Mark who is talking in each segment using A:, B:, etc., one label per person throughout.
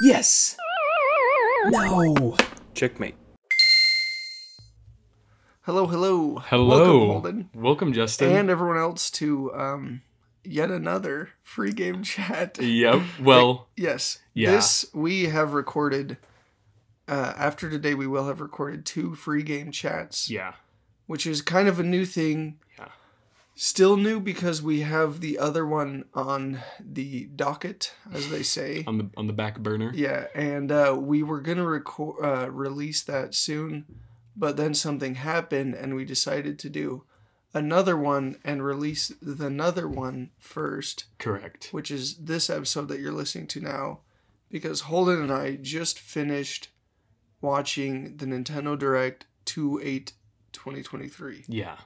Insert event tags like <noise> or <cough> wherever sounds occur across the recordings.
A: Yes! No!
B: Checkmate.
C: Hello, hello.
D: Hello.
C: Welcome, Holden.
D: Welcome, Justin.
C: And everyone else to um, yet another free game chat.
D: yep.
C: <laughs>
D: Well,
C: Yes.
D: Yeah.
C: This we have recorded. Uh, after today, we will have recorded two free game chats,
D: yeah.
C: which is kind of a new thing.
D: Yeah.
C: Still new because we have the other one on the docket, as they say.
D: On the on the back burner.
C: Yeah, and uh, we were gonna record uh, release that soon, but then something happened, and we decided to do another one and release the another one first,
D: Correct.
C: which is this episode that you're listening to now, because Holden and I just finished watching the Nintendo Direct 2-8 2023
D: Yeah.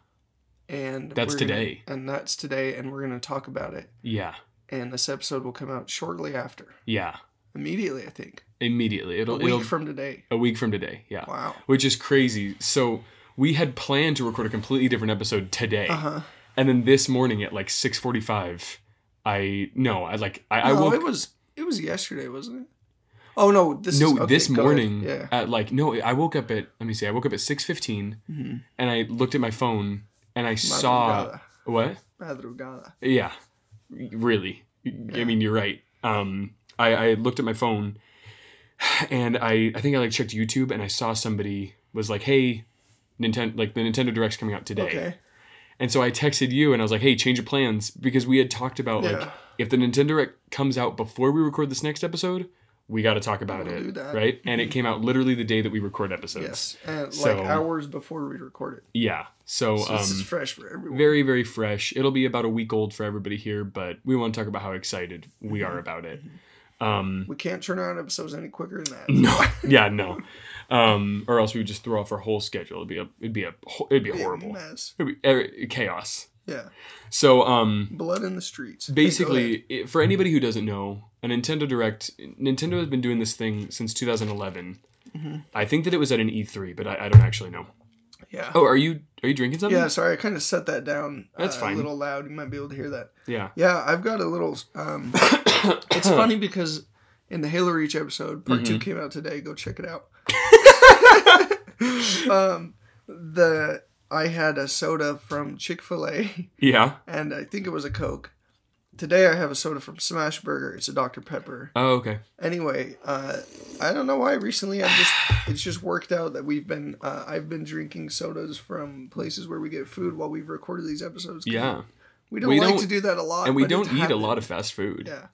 C: and
D: That's
C: we're gonna-
D: today.
C: and that's today and we're going to talk about it
D: Yeah.
C: and this episode will come out shortly after
D: Yeah.
C: immediately i think
D: Immediately.
C: a
D: It'll it'll
C: week from today
D: a week from today. Yeah.
C: wow
D: Which is crazy. So we had planned to record a completely different episode today,
C: Uh-huh.
D: and then this morning at like six forty-five, I no, I like I, I
C: no,
D: woke.
C: it was it was yesterday, wasn't it? Oh no, this
D: no,
C: is, okay,
D: this
C: go ahead.
D: morning
C: Yeah.
D: at like no, I woke up at let me see, I woke up at six fifteen,
C: Mhm.
D: and I looked at my phone and I saw
C: Madrugada.
D: what
C: Madrugada.
D: Yeah, really. I mean, you're right. Um, I, I looked at my phone, and I I think I like checked YouTube, and I saw somebody was like, "Hey, Nintendo, like the Nintendo Direct's coming out today."
C: Okay.
D: And so I texted you, and I was like, "Hey, change of plans," because we had talked about like
C: Yeah.
D: if the Nintendo Direct comes out before we record this next episode, we got to talk about
C: We'll
D: it,
C: do that. Mm-hmm.
D: right? And it came out literally the day that we record episodes.
C: Yes. And like
D: So-
C: hours before we record it.
D: Yeah. So,
C: So
D: um,
C: this is fresh for everyone.
D: very very fresh it'll be about a week old for everybody here but we want to talk about how excited we are about it um
C: we can't turn out episodes any quicker than that.
D: no <laughs>
C: <laughs>
D: yeah no um or else we would just throw off our whole schedule it'd be a it'd be a ho- it'd be
C: It'd be a
D: horrible
C: mess.
D: it'd be er, chaos
C: Yeah.
D: so um
C: Blood in the streets. Hey, go ahead.
D: basically it, for anybody who doesn't know a nintendo direct nintendo has been doing this thing since 2011
C: Mm-hmm.
D: i think that it was at an e3 but I, I don't actually know
C: yeah.
D: oh are you are you drinking something
C: Yeah, sorry, I kind of set that down.
D: That's
C: uh,
D: fine.
C: A little loud. You might be able to hear that.
D: yeah
C: Yeah, I've got a little. Um, it's funny because in the Halo Reach episode, part two
D: Mm-hmm.
C: came out today. Go check it
D: <laughs>
C: out. um, the I had a soda from Chick Fil A,
D: <coughs> yeah
C: <laughs> and I think it was a Coke. Today I have a soda from Smash Burger. It's a Dr Pepper.
D: oh okay
C: Anyway, uh, I don't know why. Recently, I just <sighs> it's just worked out that we've been uh, I've been drinking sodas from places where we get food while we've recorded these episodes. 'cause
D: yeah
C: we don't
D: We
C: like
D: don't-
C: to do that a lot,
D: and we
C: but it
D: don't eat a
C: happened.
D: lot of fast food
C: Yeah,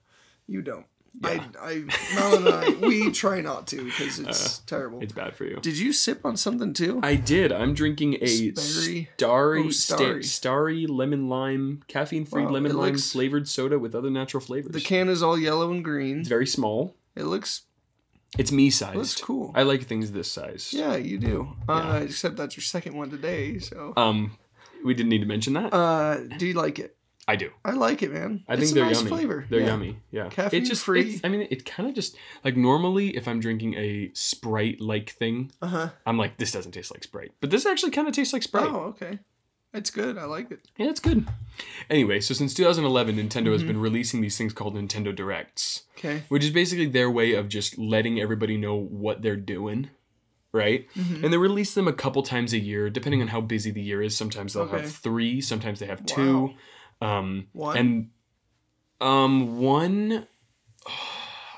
C: you don't.
D: Yeah.
C: I, I, Mel and I,
D: <laughs>
C: we try not to because it's terrible.
D: It's bad for you.
C: Did you sip on something too?
D: Uh, I did. I'm drinking a
C: Sperry-
D: starry,
C: oh, starry.
D: sta- starry lemon lime, caffeine free
C: Wow, it
D: lemon lime
C: looks-
D: flavored soda with other natural flavors.
C: the can is all yellow and green.
D: it's very small.
C: It looks
D: It's me
C: looks
D: sized.
C: cool.
D: I like things this size.
C: yeah, you do. Uh,
D: Yeah.
C: except that's your second one today. So,
D: Um, we didn't need to mention that.
C: uh, do you like it?
D: I do.
C: I like it, man.
D: I
C: it's
D: think
C: a
D: they're
C: nice
D: yummy.
C: Flavor.
D: They're
C: Yeah.
D: yummy. Yeah.
C: Caffeine
D: it just,
C: free.
D: it's- I mean, it kind of just like normally if I'm drinking a Sprite like thing,
C: Uh huh.
D: I'm like, this doesn't taste like Sprite, but this actually kind of tastes like Sprite.
C: Oh, okay. It's good. I like it.
D: Yeah, it's good. Anyway, so since 2011, Nintendo has
C: Mm-hmm.
D: been releasing these things called Nintendo Directs,
C: Okay.
D: which is basically their way of just letting everybody know what they're doing, right?
C: Mm-hmm.
D: And they release them a couple times a year, depending on how busy the year is. Sometimes they'll
C: Okay.
D: have three, sometimes they have two, um,
C: One?
D: and um, one.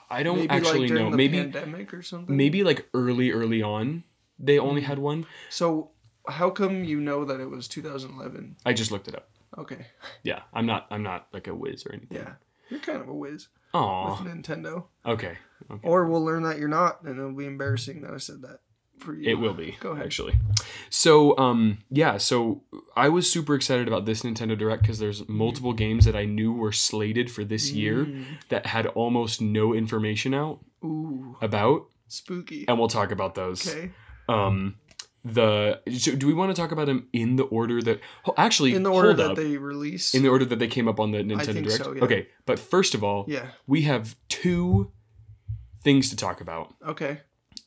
D: I don't
C: Maybe
D: actually
C: like during
D: know.
C: the
D: Maybe
C: pandemic or something.
D: maybe like early, early on, they
C: Mm-hmm.
D: only had one.
C: So, how come you know that it was 2011?
D: I just looked it up.
C: Okay.
D: Yeah, I'm not. I'm not like a whiz or anything.
C: Yeah. You're kind of a whiz
D: Aw.
C: with Nintendo.
D: Okay. Okay.
C: Or we'll learn that you're not, and it'll be embarrassing that I said that for you.
D: It will be.
C: Go ahead.
D: Actually. So, um, yeah, so I was super excited about this Nintendo Direct because there's
C: Mm-hmm.
D: multiple games that I knew were slated for this year
C: Mm.
D: that had almost no information out
C: Ooh,
D: about,
C: spooky.
D: and we'll talk about those.
C: Okay.
D: Um, the so do we want to talk about them in the order that oh, actually
C: In the order
D: hold
C: that
D: up.
C: they release.
D: in the order that they came up on the Nintendo
C: think
D: Direct?
C: so, yeah.
D: Okay, but first of all,
C: yeah.
D: we have two things to talk about.
C: Okay.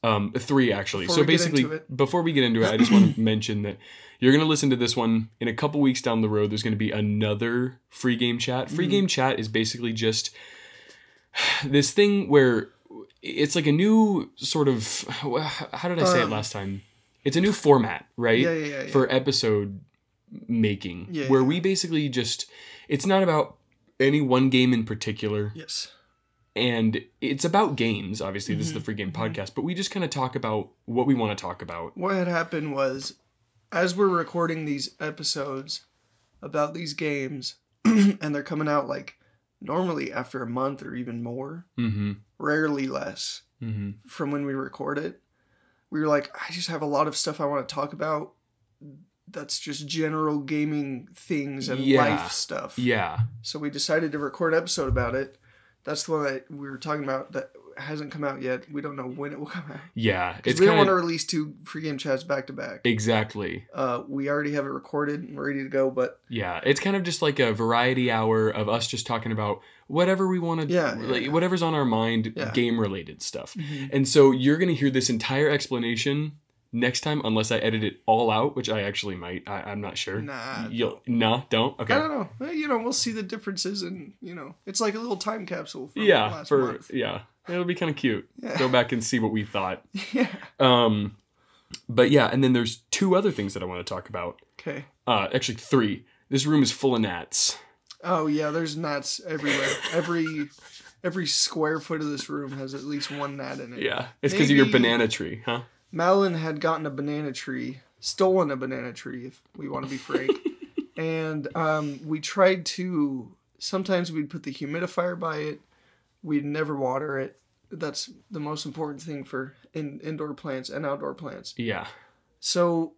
D: Um, three actually.
C: Before
D: so
C: we get
D: basically,
C: into it.
D: before we get into it, I just
C: <clears throat>
D: want to mention that you're gonna listen to this one in a couple weeks down the road. There's gonna be another
C: Mm-hmm.
D: <sighs> free game chat. Free game chat is basically just this thing where it's like a new sort of how did I say it
C: Um,
D: last time? It's a new format, right?
C: Yeah, yeah, yeah, yeah.
D: For episode making,
C: Yeah,
D: where
C: yeah.
D: we basically just it's not about any one game in particular,
C: yes.
D: and it's about games. Obviously, this is the
C: Mhm,
D: free game
C: mhm.
D: podcast, but we just kind of talk about what we want to talk about.
C: What had happened was, as we're recording these episodes about these games, <clears throat> and they're coming out like normally after a month or even more,
D: Mm-hmm.
C: rarely less
D: Mm-hmm.
C: from when we record it. We were like, I just have a lot of stuff I want to talk about. That's just general gaming things and
D: Yeah.
C: life stuff.
D: Yeah.
C: So we decided to record an episode about it. That's the one that we were talking about that hasn't come out yet. We don't know when it will come out.
D: Yeah.
C: Because
D: It's
C: we don't
D: kind
C: want to
D: of
C: release two free game chats back to back.
D: exactly.
C: Uh, we already have it recorded and ready to go, but
D: Yeah, it's kind of just like a variety hour of us just talking about whatever we want to,
C: Yeah, yeah,
D: like
C: yeah.
D: whatever's on our mind,
C: Yeah.
D: game related stuff. And so you're gonna hear this entire explanation next time, unless I edit it all out, which I actually might. I, I'm not sure.
C: nah.
D: You'll nah, don't.
C: I
D: Okay.
C: don't know. Well, You know, we'll see the differences, and you know, it's like a little time capsule. For
D: Yeah,
C: last
D: for
C: month.
D: yeah, it'll be kind of cute.
C: Yeah. <laughs>
D: Go back and see what we thought.
C: yeah.
D: Um, but yeah, and then there's two other things that I want to talk about.
C: Okay.
D: Uh, actually three. This room is full of gnats.
C: Oh yeah, there's gnats everywhere. Every every square foot of this room has at least one gnat in it.
D: Yeah, it's because of your
C: Maybe-
D: banana tree, huh?
C: Malin had gotten a banana tree, stolen a banana tree, if we want to be frank.
D: <laughs>
C: and um, we tried to. Sometimes we'd put the humidifier by it. We'd never water it. That's the most important thing for in, indoor plants and outdoor plants.
D: Yeah.
C: So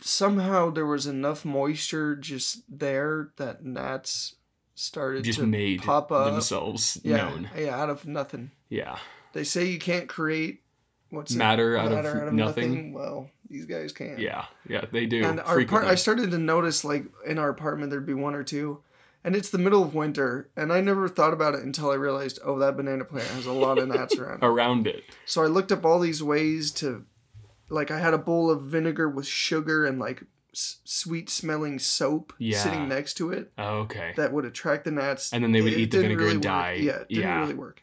C: somehow there was enough moisture just there that gnats started
D: just
C: to
D: made
C: pop up.
D: themselves
C: yeah,
D: known.
C: yeah, out of nothing.
D: Yeah.
C: They say you can't create what's it?
D: Matter out of
C: matter out of
D: nothing.
C: nothing. Well, these guys can.
D: Yeah. Yeah, they do.
C: And our part,
D: frequently.
C: I started to notice like in our apartment there'd be one or two, and it's the middle of winter, and I never thought about it until I realized, oh, that banana plant has a lot of gnats around.
D: <laughs>
C: it.
D: Around it.
C: So I looked up all these ways to, like, I had a bowl of vinegar with sugar and like s- sweet smelling soap
D: Yeah.
C: sitting next to it
D: Oh, okay.
C: that would attract the gnats.
D: And then they would
C: It
D: eat the
C: didn't
D: vinegar
C: really
D: and
C: work.
D: die.
C: Yeah, it didn't
D: Yeah.
C: really work.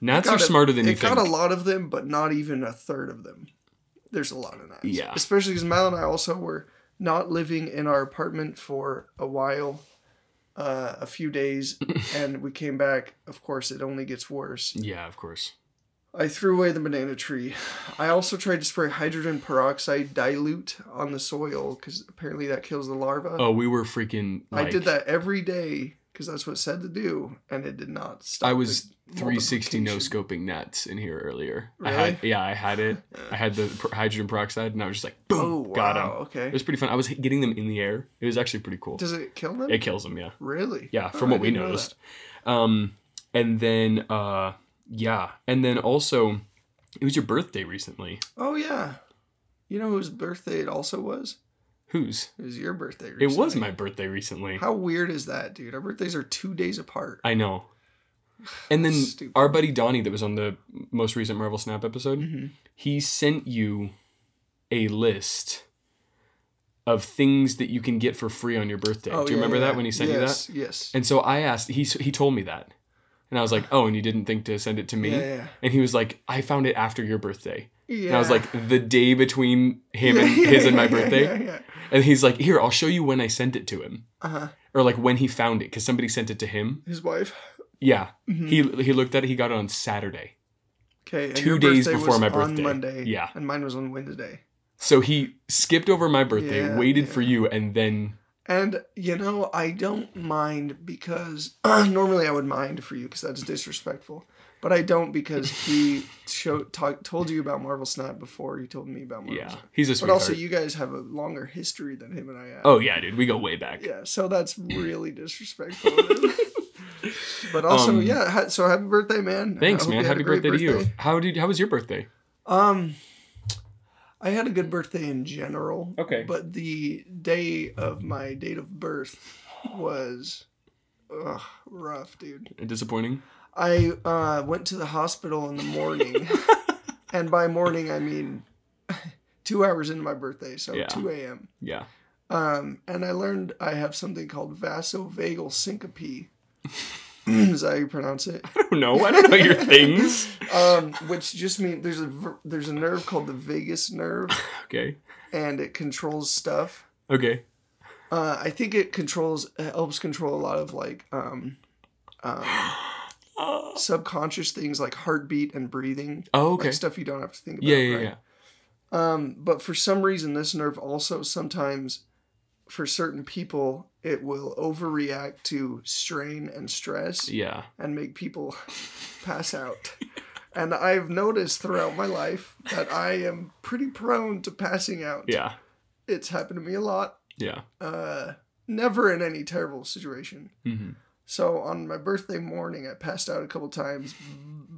D: Gnats are
C: Got a-
D: smarter than
C: it
D: you think.
C: got a lot of them, but not even a third of them. There's a lot of knives.
D: Yeah.
C: Especially because Mal and I also were not living in our apartment for a while, uh, a few
D: <laughs>
C: days, and we came back. Of course, it only gets worse.
D: yeah, of course.
C: I threw away the banana tree. I also tried to spray hydrogen peroxide dilute on the soil because apparently that kills the larva.
D: Oh, we were freaking
C: I
D: like-
C: did that every day because that's what it said to do, and it did not stop.
D: I
C: the
D: was 360 no
C: multiplication.
D: scoping gnats in here earlier. I had yeah, I had it. I
C: <laughs>
D: had the per- hydrogen peroxide and I was just like boom,
C: Oh, wow.
D: got him.
C: Okay.
D: It was pretty fun. I was h- getting them in the air. It was actually pretty cool.
C: Does it kill them?
D: it kills them, yeah.
C: really?
D: Yeah,
C: Oh,
D: from
C: I
D: what we
C: didn't know
D: noticed. Um, and then uh, yeah, and then also, it was your birthday recently.
C: that. Oh yeah. You know whose birthday it also was?
D: Whose?
C: It was your birthday. Recently.
D: It was my birthday recently.
C: How weird is that, dude? Our birthdays are two days apart.
D: I know. And then
C: Stupid.
D: our buddy Donnie, that was on the most recent Marvel Snap episode,
C: Mhm.
D: he sent you a list of things that you can get for free on your birthday. Do you
C: Oh, yeah,
D: remember
C: yeah.
D: that when he sent you that?
C: yes, Yes.
D: And so I asked. He s- he told me that, and I was like, "Oh, and you didn't think to send it to me?"
C: Yeah, yeah.
D: And he was like, "I found it after your birthday."
C: yeah.
D: And I was like, the day between him and
C: <laughs> Yeah,
D: his and my
C: yeah,
D: birthday.
C: Yeah, yeah.
D: And he's like, here, I'll show you when I sent it to him.
C: Uh huh.
D: Or like when he found it, because somebody sent it to him.
C: His wife.
D: Yeah.
C: Mhm.
D: He he looked at it, he got it on Saturday.
C: Okay. and
D: two
C: your
D: days
C: birthday was
D: before my
C: On
D: birthday.
C: Monday.
D: Yeah.
C: And mine was on Wednesday.
D: So he skipped over my birthday,
C: Yeah,
D: waited
C: yeah.
D: for you, and then
C: And you know, I don't mind because <clears throat> normally I would mind for you because that's disrespectful. But I don't
D: <laughs>
C: because he show, talk, told you about Marvel Snap before you told me about Marvel
D: yeah.
C: Snap.
D: He's a
C: But
D: sweetheart.
C: also, you guys have a longer history than him and I have.
D: oh yeah, dude, we go way back.
C: Yeah, so
D: <clears throat>
C: that's really disrespectful. of him.
D: <laughs>
C: but also,
D: Um,
C: yeah. ha- So happy birthday, man! I
D: Thanks,
C: hope
D: man.
C: you had a
D: Happy
C: great
D: birthday, to you. How did how was your birthday?
C: Um, I had a good birthday in general.
D: Okay.
C: But the day of my date of birth was ugh, rough, dude.
D: Disappointing?
C: I uh, went to the hospital in the morning,
D: <laughs>
C: and by morning I mean <laughs> two hours into my birthday, so
D: Yeah.
C: two a.m.
D: Yeah. <laughs>
C: Um, and I learned I have something called vasovagal syncope. is that how you pronounce it?
D: I <laughs> don't know. I don't know your things.
C: <laughs> Um, which just means there's a ver- there's a nerve called the vagus nerve,
D: Okay.
C: and it controls stuff.
D: Okay.
C: Uh, I think it controls it helps control a lot of like um,
D: <gasps>
C: um, Uh, subconscious things like heartbeat and breathing,
D: Oh, okay.
C: like stuff you don't have to think about.
D: yeah, yeah,
C: right?
D: yeah.
C: Um, but for some reason, this nerve also sometimes, for certain people, it will overreact to strain and stress
D: Yeah.
C: and make
D: <laughs>
C: people pass out. And I've noticed throughout my life that I am pretty prone to passing out.
D: Yeah.
C: It's happened to me a lot.
D: Yeah.
C: Uh, never in any terrible situation.
D: hmm
C: So on my birthday morning, I passed out a couple times,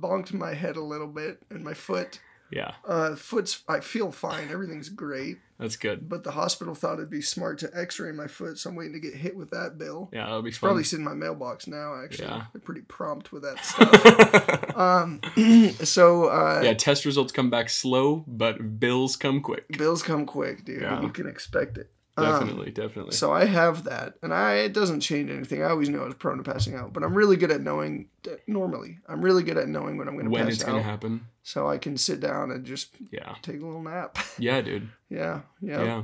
C: bonked my head a little bit and my foot.
D: Yeah.
C: Uh, foot's I feel fine. Everything's great.
D: That's good.
C: But the hospital thought it'd be smart to X-ray my foot, so I'm waiting to get hit with that bill.
D: Yeah, that'll be
C: It's probably
D: <laughs> fun.
C: sitting in my mailbox now. Actually,
D: Yeah.
C: they're pretty prompt with that stuff.
D: <laughs>
C: um, <clears throat> so uh,
D: yeah, test results come back slow, but bills come quick.
C: bills come quick, dude.
D: Yeah.
C: You can expect it. Um,
D: Definitely, definitely.
C: so I have that, and I it doesn't change anything. I always knew I was prone to passing out, but I'm really good at knowing. Normally, I'm really good at knowing when I'm going to
D: when
C: pass
D: it's
C: out,
D: going to happen.
C: so I can sit down and just
D: Yeah.
C: take a little nap. <laughs>
D: Yeah, dude.
C: yeah, yeah,
D: Yeah.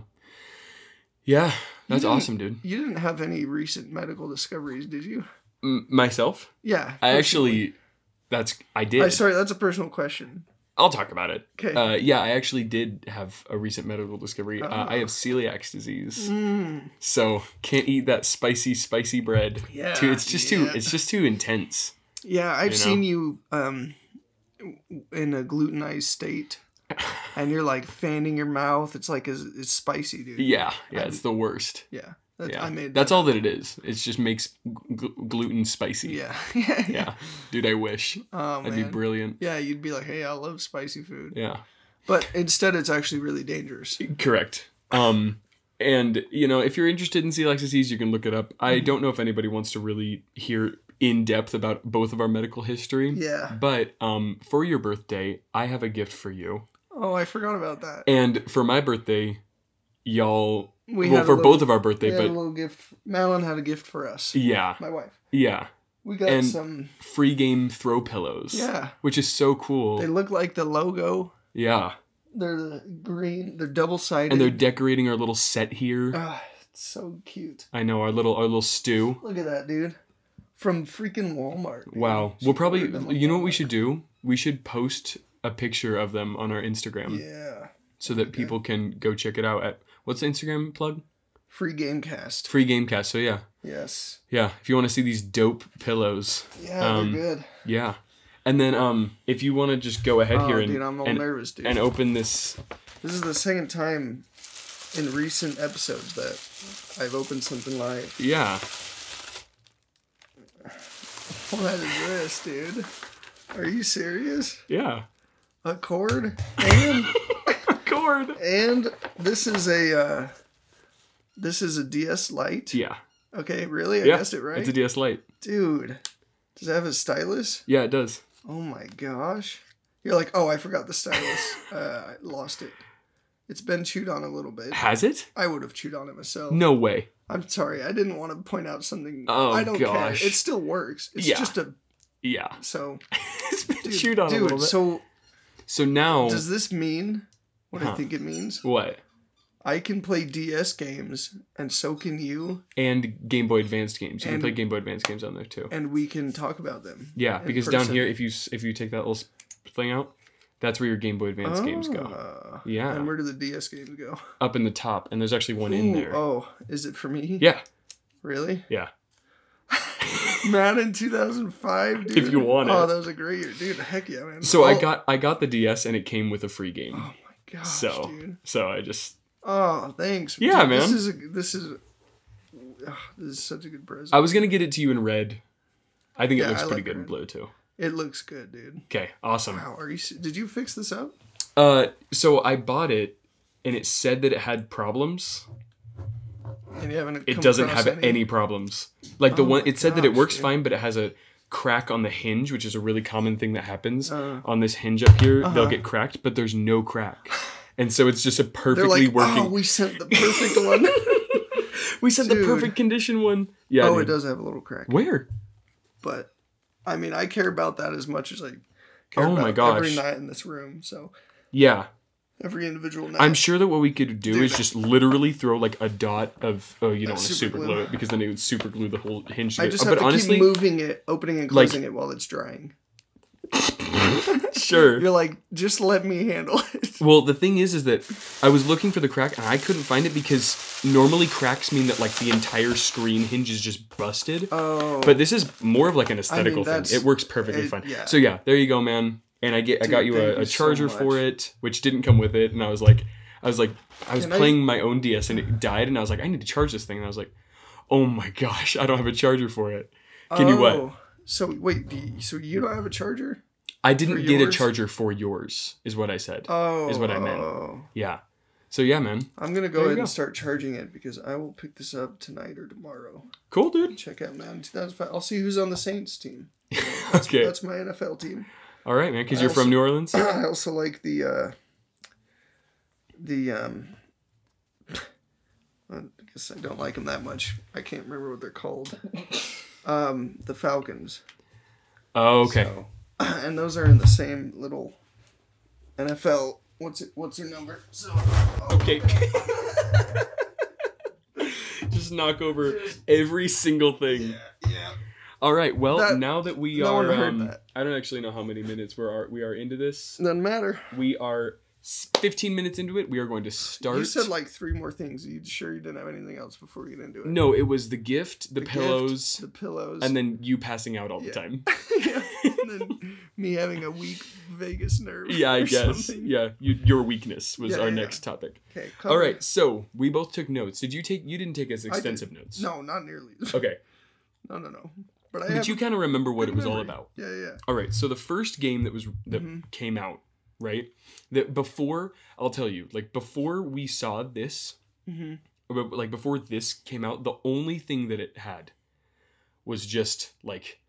D: Yeah. That's
C: didn't-
D: awesome, dude.
C: You didn't have any recent medical discoveries, did you?
D: M- myself?
C: Yeah.
D: I
C: personally.
D: actually, that's, I did.
C: I sorry, that's a personal question.
D: I'll talk about it.
C: Okay.
D: Uh, yeah, I actually did have a recent medical discovery. Uh,
C: Ah.
D: I have celiac disease,
C: Mm,
D: so can't eat that spicy, spicy bread.
C: yeah.
D: Dude, it's just too,
C: yeah.
D: it's just too intense.
C: Yeah, I've
D: you know?
C: seen you um in a glutenized
D: <laughs>
C: state and you're like fanning your mouth. It's like it's, it's spicy, dude.
D: Yeah, yeah,
C: I'm-
D: it's the worst.
C: Yeah. That's,
D: yeah,
C: I made
D: that's all that it is. It just makes gl- gluten spicy.
C: Yeah. <laughs> yeah.
D: yeah, dude, I wish
C: Oh
D: that'd
C: man.
D: be brilliant.
C: yeah, you'd be like, "Hey, I love spicy food."
D: Yeah,
C: But instead it's actually really
D: <laughs>
C: dangerous.
D: correct. Um, and you know, if you're interested in celiac disease, you can look it up. I
C: Mhm.
D: don't know if anybody wants to really hear in depth about both of our medical history.
C: Yeah.
D: But um, for your birthday, I have a gift for you.
C: Oh, I forgot about that.
D: And for my birthday, y'all,
C: We
D: well,
C: had
D: for
C: a little,
D: both of our
C: we
D: birthday,
C: had a
D: but
C: little gift. Malin had a gift for us.
D: yeah,
C: My wife.
D: yeah,
C: We got
D: And-
C: some
D: free game throw pillows.
C: Yeah.
D: Which is so cool.
C: They look like the logo.
D: yeah.
C: They're the green. They're double sided.
D: And they're decorating our little set here.
C: Uh, it's so cute.
D: I know, our little, our little stew.
C: Look at that, dude. From freaking Walmart. dude.
D: Wow.
C: She
D: We'll
C: ordered them
D: probably,
C: on
D: you know what we
C: Walmart.
D: should do? We should post a picture of them on our Instagram
C: Yeah.
D: so that people can go check it out at, what's the Instagram plug?
C: Free game cast.
D: Free Gamecast. So yeah.
C: Yes.
D: Yeah. If you want to see these dope pillows.
C: Yeah,
D: Um,
C: they're good.
D: Yeah. And then um if you want to just go ahead
C: Oh,
D: here and
C: dude, I'm all
D: and,
C: nervous, dude.
D: and open this
C: this is the second time in recent episodes that I've opened something like,
D: yeah.
C: what is this, dude? Are you serious? <laughs>
D: Yeah.
C: A cord? And
D: Cord.
C: and this is a uh, this is a DS Lite.
D: Yeah.
C: Okay, really? I
D: Yeah.
C: guessed it right.
D: It's a DS Lite.
C: Dude, does it have a stylus?
D: Yeah, it does.
C: Oh my gosh. You're like, oh, I forgot the stylus. uh, I lost it. It's been chewed on a little bit.
D: Has it?
C: I would have chewed on it myself.
D: No way.
C: I'm sorry. I didn't want to point out something.
D: Oh,
C: I don't
D: gosh.
C: care. It still works. It's
D: Yeah.
C: just a
D: Yeah. <laughs>
C: so
D: it's been
C: dude,
D: chewed on
C: dude,
D: a little bit. So,
C: So
D: now
C: does this mean what I
D: Huh.
C: think it means?
D: what?
C: I can play DS games and so can you
D: And Game Boy Advanced games. You
C: And-
D: can play Game Boy Advance games on there too.
C: and we can talk about them.
D: yeah,
C: in
D: because
C: person.
D: down here if you s- if you take that little s- thing out, that's where your Game Boy Advance games go.
C: Ah.
D: Yeah.
C: And where do the DS games go?
D: Up in the top and there's actually one in
C: Ooh,
D: there.
C: Oh, is it for me?
D: Yeah.
C: Really? <laughs>
D: Yeah.
C: Madden 2005, dude.
D: If you want
C: Oh,
D: it.
C: that was a great year, dude. Heck yeah, man.
D: So I
C: Oh,
D: got I got the DS and it came with a free game.
C: Oh my gosh,
D: so
C: dude.
D: so I just
C: Oh, thanks.
D: Yeah,
C: dude, This
D: man.
C: is a, this is ugh, this is such a good present.
D: I was gonna get it to you in red. I think
C: Yeah,
D: it looks
C: I
D: pretty
C: like
D: good in
C: red.
D: blue too.
C: it looks good, dude.
D: Okay, awesome.
C: Wow, are you? s- Did you fix this up?
D: Uh, so I bought it, and it said that it had problems.
C: And you haven't.
D: It
C: come
D: doesn't
C: across
D: have any? problems. Like the
C: Oh
D: one,
C: my
D: it said that it
C: gosh,
D: works
C: dude.
D: fine, but it has a crack on the hinge, which is a really common thing that happens
C: Uh.
D: on this hinge up here.
C: Uh-huh.
D: They'll get cracked, but there's
C: <sighs>
D: no crack, and so it's just a
C: They're
D: perfectly
C: like,
D: working.
C: oh, we sent the perfect one. <laughs>
D: we said
C: dude.
D: the perfect condition one. <laughs> Yeah.
C: oh, it
D: dude.
C: does have a little crack,
D: Where?
C: but I mean, I care about that as much as I care
D: Oh
C: about
D: my
C: every
D: gosh.
C: night in this room. So
D: Yeah.
C: every individual night.
D: I'm sure that what we could do
C: Dude.
D: is just literally throw like a dot of oh you
C: Uh,
D: don't want to
C: super
D: super glue
C: glue.
D: it because then it would super glue the whole hinge.
C: I
D: together.
C: just
D: Uh,
C: have
D: but
C: to
D: honestly,
C: keep moving it, opening and
D: like-
C: closing it while it's drying. <laughs>
D: sure.
C: You're like, just let me handle it. <laughs>
D: Well, the thing is, is that I was looking for the crack and I couldn't find it because normally cracks mean that like the entire screen hinge is just busted.
C: Oh,
D: But this is more of like an aesthetical
C: that's-
D: thing. It works perfectly
C: it-
D: fine.
C: yeah.
D: So yeah, there you go, man. And I get I
C: Dude,
D: got you
C: thank
D: a,
C: you
D: a
C: so
D: charger for
C: much.
D: it, which didn't come with it, and I was like, I was like, I was
C: Can I-
D: playing my own DS and it died, and I was like, I need to charge this thing, and I was like, oh my <laughs> gosh, I don't have a charger for it. Can you what?
C: Oh, So wait, do you, so you don't have a charger?
D: I didn't
C: For
D: get a
C: yours?
D: charger for yours, is what I said.
C: Oh,
D: Is what I meant.
C: oh.
D: yeah. So yeah, man.
C: I'm gonna
D: There
C: go
D: you
C: ahead
D: go.
C: and start charging it because I will pick this up tonight or tomorrow.
D: Cool, dude.
C: Check out man, 2005. I'll see who's on the Saints team.
D: okay.
C: That's my NFL team. <clears throat>
D: All right, man, because
C: I
D: you're
C: also-
D: from New Orleans.
C: I also like the uh, the um. <laughs> I guess I don't like them that much. I can't remember what they're
D: <laughs>
C: called. Um, the Falcons.
D: Oh, okay.
C: So- <clears throat> and those are in the same little NFL. What's it? What's your number? So oh,
D: Okay. <laughs> Just knock over every single thing.
C: yeah.
D: All right. Well,
C: That-
D: now that we
C: no one
D: are,
C: heard
D: um,
C: that.
D: I don't actually know how many minutes we are. We are into this.
C: Doesn't matter.
D: We are s- 15 minutes into it. We are going to start.
C: You said like three more things. You sure you didn't have anything else before we get into it?
D: no, it was the gift,
C: The
D: the,
C: gift,
D: pillows,
C: the pillows, <laughs>
D: and then you passing out all
C: Yeah. <laughs>
D: the time. <laughs>
C: yeah, and then me having a weak vagus nerve.
D: Yeah, I
C: or
D: guess.
C: something.
D: Yeah, you, your weakness was
C: Yeah, yeah,
D: our
C: yeah.
D: next topic.
C: Okay. Cover.
D: All right. So we both took notes. Did you take? You didn't take as
C: did.
D: extensive notes.
C: No, not nearly. <laughs>
D: Okay.
C: No, no, no. But I
D: But
C: have
D: you kind of remember what
C: good
D: it was all
C: memory.
D: about.
C: Yeah, yeah.
D: All right, so the first game that was that
C: Mhm.
D: came out, right? That before I'll tell you, like before we saw this,
C: Mm-hmm.
D: or be- like before this came out, the only thing that it had was just like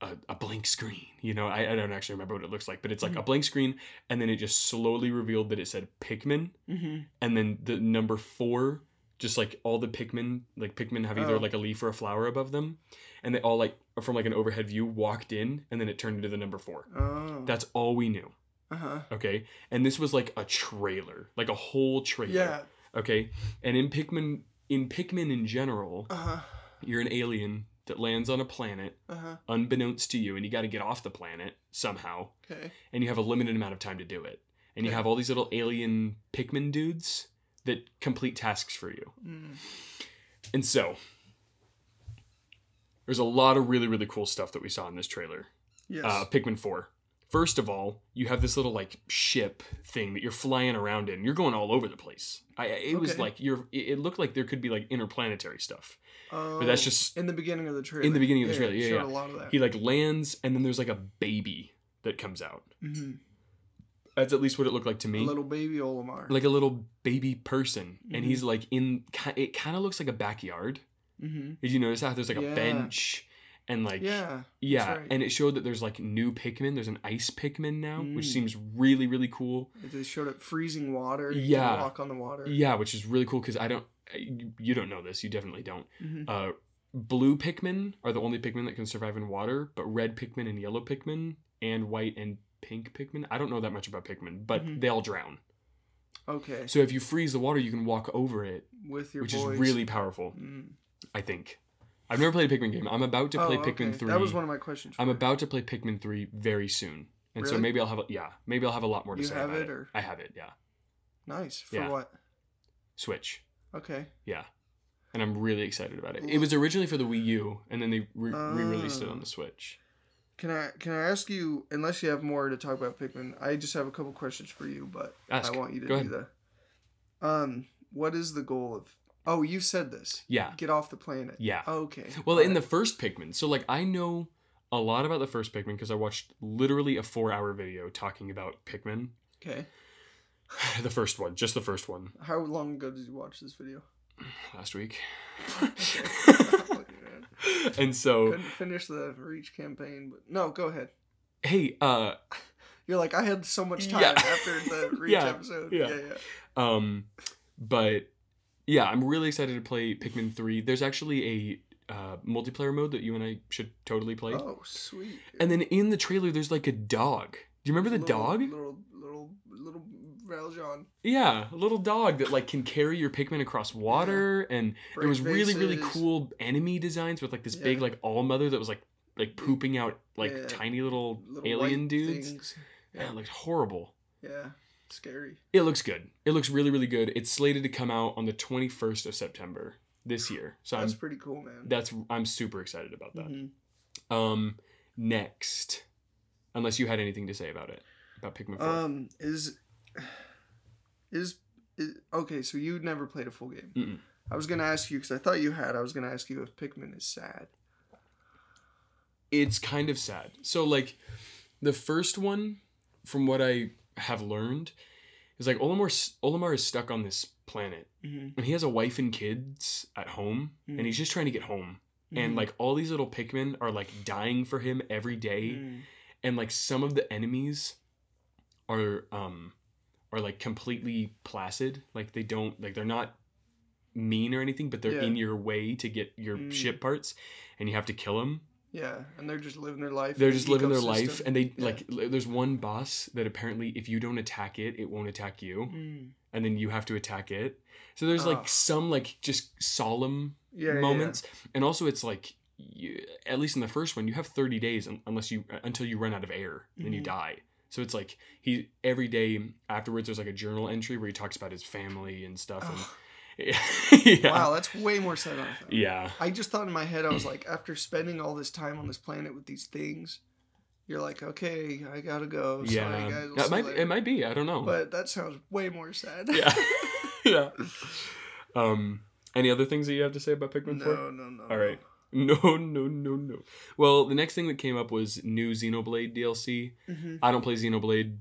D: a, a blank screen. You know, I, I don't actually remember what it looks like, but it's like
C: Mm-hmm.
D: a blank screen, and then it just slowly revealed that it said Pikmin,
C: Mm-hmm.
D: and then the number four, just like all the Pikmin, like Pikmin have either
C: Oh.
D: like a leaf or a flower above them, and they all like from like an overhead view walked in, and then it turned into the number four.
C: Oh.
D: That's all we knew.
C: uh huh.
D: Okay. And this was like a trailer, like a whole trailer.
C: Yeah.
D: Okay. And in Pikmin, in Pikmin in general,
C: Uh huh.
D: you're an alien that lands on a planet
C: Uh huh.
D: unbeknownst to you, and you got to get off the planet somehow,
C: Okay.
D: and you have a limited amount of time to do it. And you
C: Okay.
D: have all these little alien Pikmin dudes that complete tasks for you.
C: Mm.
D: And so, there's a lot of really, really cool stuff that we saw in this trailer
C: Yes.
D: uh, Pikmin 4. First of all, you have this little like ship thing that you're flying around in. You're going all over the place. I I- it was
C: Okay.
D: like you're. It it looked like there could be like interplanetary stuff,
C: oh,
D: but that's just
C: in the beginning of the trailer.
D: in the beginning of the trailer. Yeah,
C: showed A
D: yeah.
C: lot of that.
D: he like lands and then there's like a baby that comes out.
C: Mhm.
D: That's at least what it looked like to
C: A
D: me.
C: little baby Olimar.
D: like a little baby person, and
C: Mhm.
D: he's like in. ki- It kind of looks like a backyard.
C: mm-hmm.
D: Did you notice how there's like
C: Yeah.
D: a bench and like
C: Yeah.
D: yeah,
C: right.
D: and it showed that there's like new Pikmin. There's an ice Pikmin now, which
C: Mm.
D: seems really really cool.
C: They showed up freezing water. You can
D: Yeah.
C: Walk on the water.
D: Yeah, which is really cool because I don't. You you don't know this. You definitely don't.
C: Mhm.
D: Uh, blue Pikmin are the only Pikmin that can survive in water, but red Pikmin and yellow Pikmin and white and pink Pikmin. I don't know that much about Pikmin, but
C: Mhm.
D: they all drown.
C: Okay.
D: So if you freeze the water, you can walk over it,
C: With your
D: which
C: boys.
D: is really powerful.
C: Mm.
D: I think. I've never played a Pikmin game. I'm about to
C: Oh,
D: play
C: okay.
D: Pikmin three.
C: That was one of my questions.
D: I'm
C: for you.
D: about to play Pikmin three very soon, and so
C: Really?
D: maybe I'll have a, yeah, maybe I'll have a lot more to
C: You
D: say
C: have
D: about
C: it,
D: it.
C: or-
D: I have it, yeah.
C: Nice. For
D: Yeah.
C: what?
D: Switch.
C: Okay.
D: Yeah. And I'm really excited about
C: Mm.
D: it. It was originally for the Wii U, and then they re- re-released it
C: Ah.
D: on the Switch.
C: Can I can I ask you? Unless you have more to talk about Pikmin, I just have a couple questions for you, but
D: Ask.
C: I want you to
D: Go
C: do the. Um, what is the goal of? Oh, you said this.
D: Yeah.
C: Get off the planet.
D: Yeah.
C: Okay.
D: Well, in the first Pikmin, so like I know a lot about the first Pikmin because I watched literally a four-hour video talking about Pikmin, <laughs>
C: okay.
D: the first one, just the first one, <clears throat>
C: How long ago did you watch this video?
D: last week. <laughs>
C: Couldn't
D: and <laughs> so,
C: finish the Reach campaign, but no, go ahead.
D: hey, uh,
C: You're like I had so much time
D: Yeah.
C: after the
D: <laughs>
C: Reach
D: Yeah,
C: episode.
D: yeah.
C: Yeah, yeah.
D: Um, but yeah, I'm really excited to play Pikmin 3. There's actually a uh, multiplayer mode that you and I should totally play.
C: Oh, sweet.
D: And then in the trailer, there's like a dog. Do you remember the
C: Little-
D: dog?
C: Little little little Valjean.
D: Yeah, a little dog that like can carry your Pikmin across water, and there was
C: Bright
D: really really
C: faces.
D: cool enemy designs with like this big
C: Yeah.
D: like all mother that was like like pooping out like
C: Yeah.
D: tiny little,
C: Little
D: alien
C: white
D: dudes.
C: things.
D: Yeah, it looked horrible.
C: Yeah. Scary.
D: It looks good. It looks really really good. It's slated to come out on the twenty first of September this year. So
C: That's
D: I'm
C: pretty cool, man.
D: that's I'm super excited about that.
C: Mhm.
D: Um, next, unless you had anything to say about it about Pikmin Four.
C: Um is, is is okay, so you never played a full game.
D: Mm-mm.
C: I was going to ask you cuz I thought you had. I was going to ask you if Pikmin is sad.
D: it's kind of sad. So like the first one, from what I have learned, is like Olimar Olimar is stuck on this planet
C: Mhm.
D: and he has a wife and kids at home and he's just trying to get home. And
C: Mhm.
D: like all these little Pikmin are like dying for him every day.
C: Mhm.
D: And like some of the enemies are um are like completely placid. Like they don't like they're not mean or anything, but they're
C: Yeah.
D: in your way to get your
C: Mm.
D: ship parts and you have to kill them
C: Yeah, and they're just living their life.
D: they're
C: in the
D: just living their
C: ecosystem.
D: life and they
C: Yeah.
D: like l- there's one boss that apparently if you don't attack it it won't attack you
C: Mm.
D: and then you have to attack it so there's
C: Ah.
D: like some like just solemn
C: Yeah, yeah,
D: moments and also it's like you, at least in the first one you have 30 days un- unless you uh, until you run out of air then you
C: Mhm.
D: die so it's like he every day afterwards there's like a journal entry where he talks about his family and stuff and,
C: Ugh.
D: <laughs> yeah.
C: Wow, that's way more sad than I thought.
D: yeah
C: I just thought in my head, I was
D: <clears throat>
C: like, after spending all this time on this planet with these things, you're like, okay, I gotta go.
D: yeah
C: Sorry, guys. We'll
D: that
C: see
D: might
C: you
D: it
C: later.
D: might be i don't know
C: But that sounds way more sad. <laughs>
D: yeah <laughs> yeah um any other things that you have to say about pikmin 4
C: no, no, no.
D: all right <laughs> no no no no well the next thing that came up was new xenoblade dlc
C: Mm-hmm.
D: i don't play xenoblade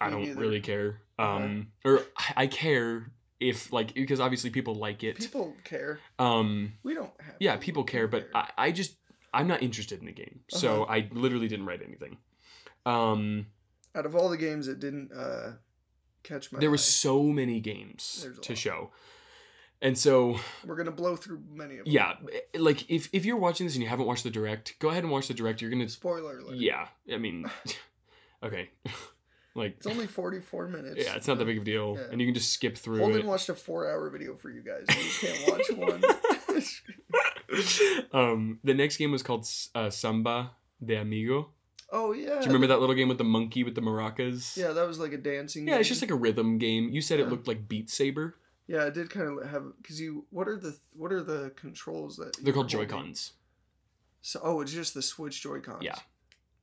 D: i
C: Me
D: don't
C: neither.
D: really care um or I- i care if like because obviously people like it
C: People care.
D: um
C: We don't have.
D: yeah
C: to.
D: people care but i, I just i'm not interested in the game so
C: Uh-huh.
D: i literally didn't write anything um
C: out of all the games that didn't uh, catch my,
D: there were
C: eye,
D: so many games
C: There's a
D: to
C: lot.
D: show and so
C: we're gonna blow through many of them.
D: yeah eh, like if if you're watching this and you haven't watched the direct go ahead and watch the direct you're gonna
C: Spoiler alert.
D: yeah i mean <laughs> okay <laughs> like
C: It's only 44 minutes.
D: <laughs> yeah it's not that big of a deal
C: Yeah.
D: and you can just skip through
C: Holden
D: it
C: watched a four-hour video for you guys. and You can't
D: <laughs>
C: watch one. <laughs>
D: um the next game was called uh, samba de amigo
C: oh yeah.
D: do you remember that little game with the monkey with the maracas
C: Yeah, that was like a dancing.
D: yeah it's
C: game.
D: just like a rhythm game you said it
C: Yeah.
D: looked like beat saber
C: Yeah, I did kind of have because you. What are the what are the controls that
D: they're called joy
C: you're holding?
D: cons
C: So oh, it's just the Switch Joy Cons.
D: Yeah.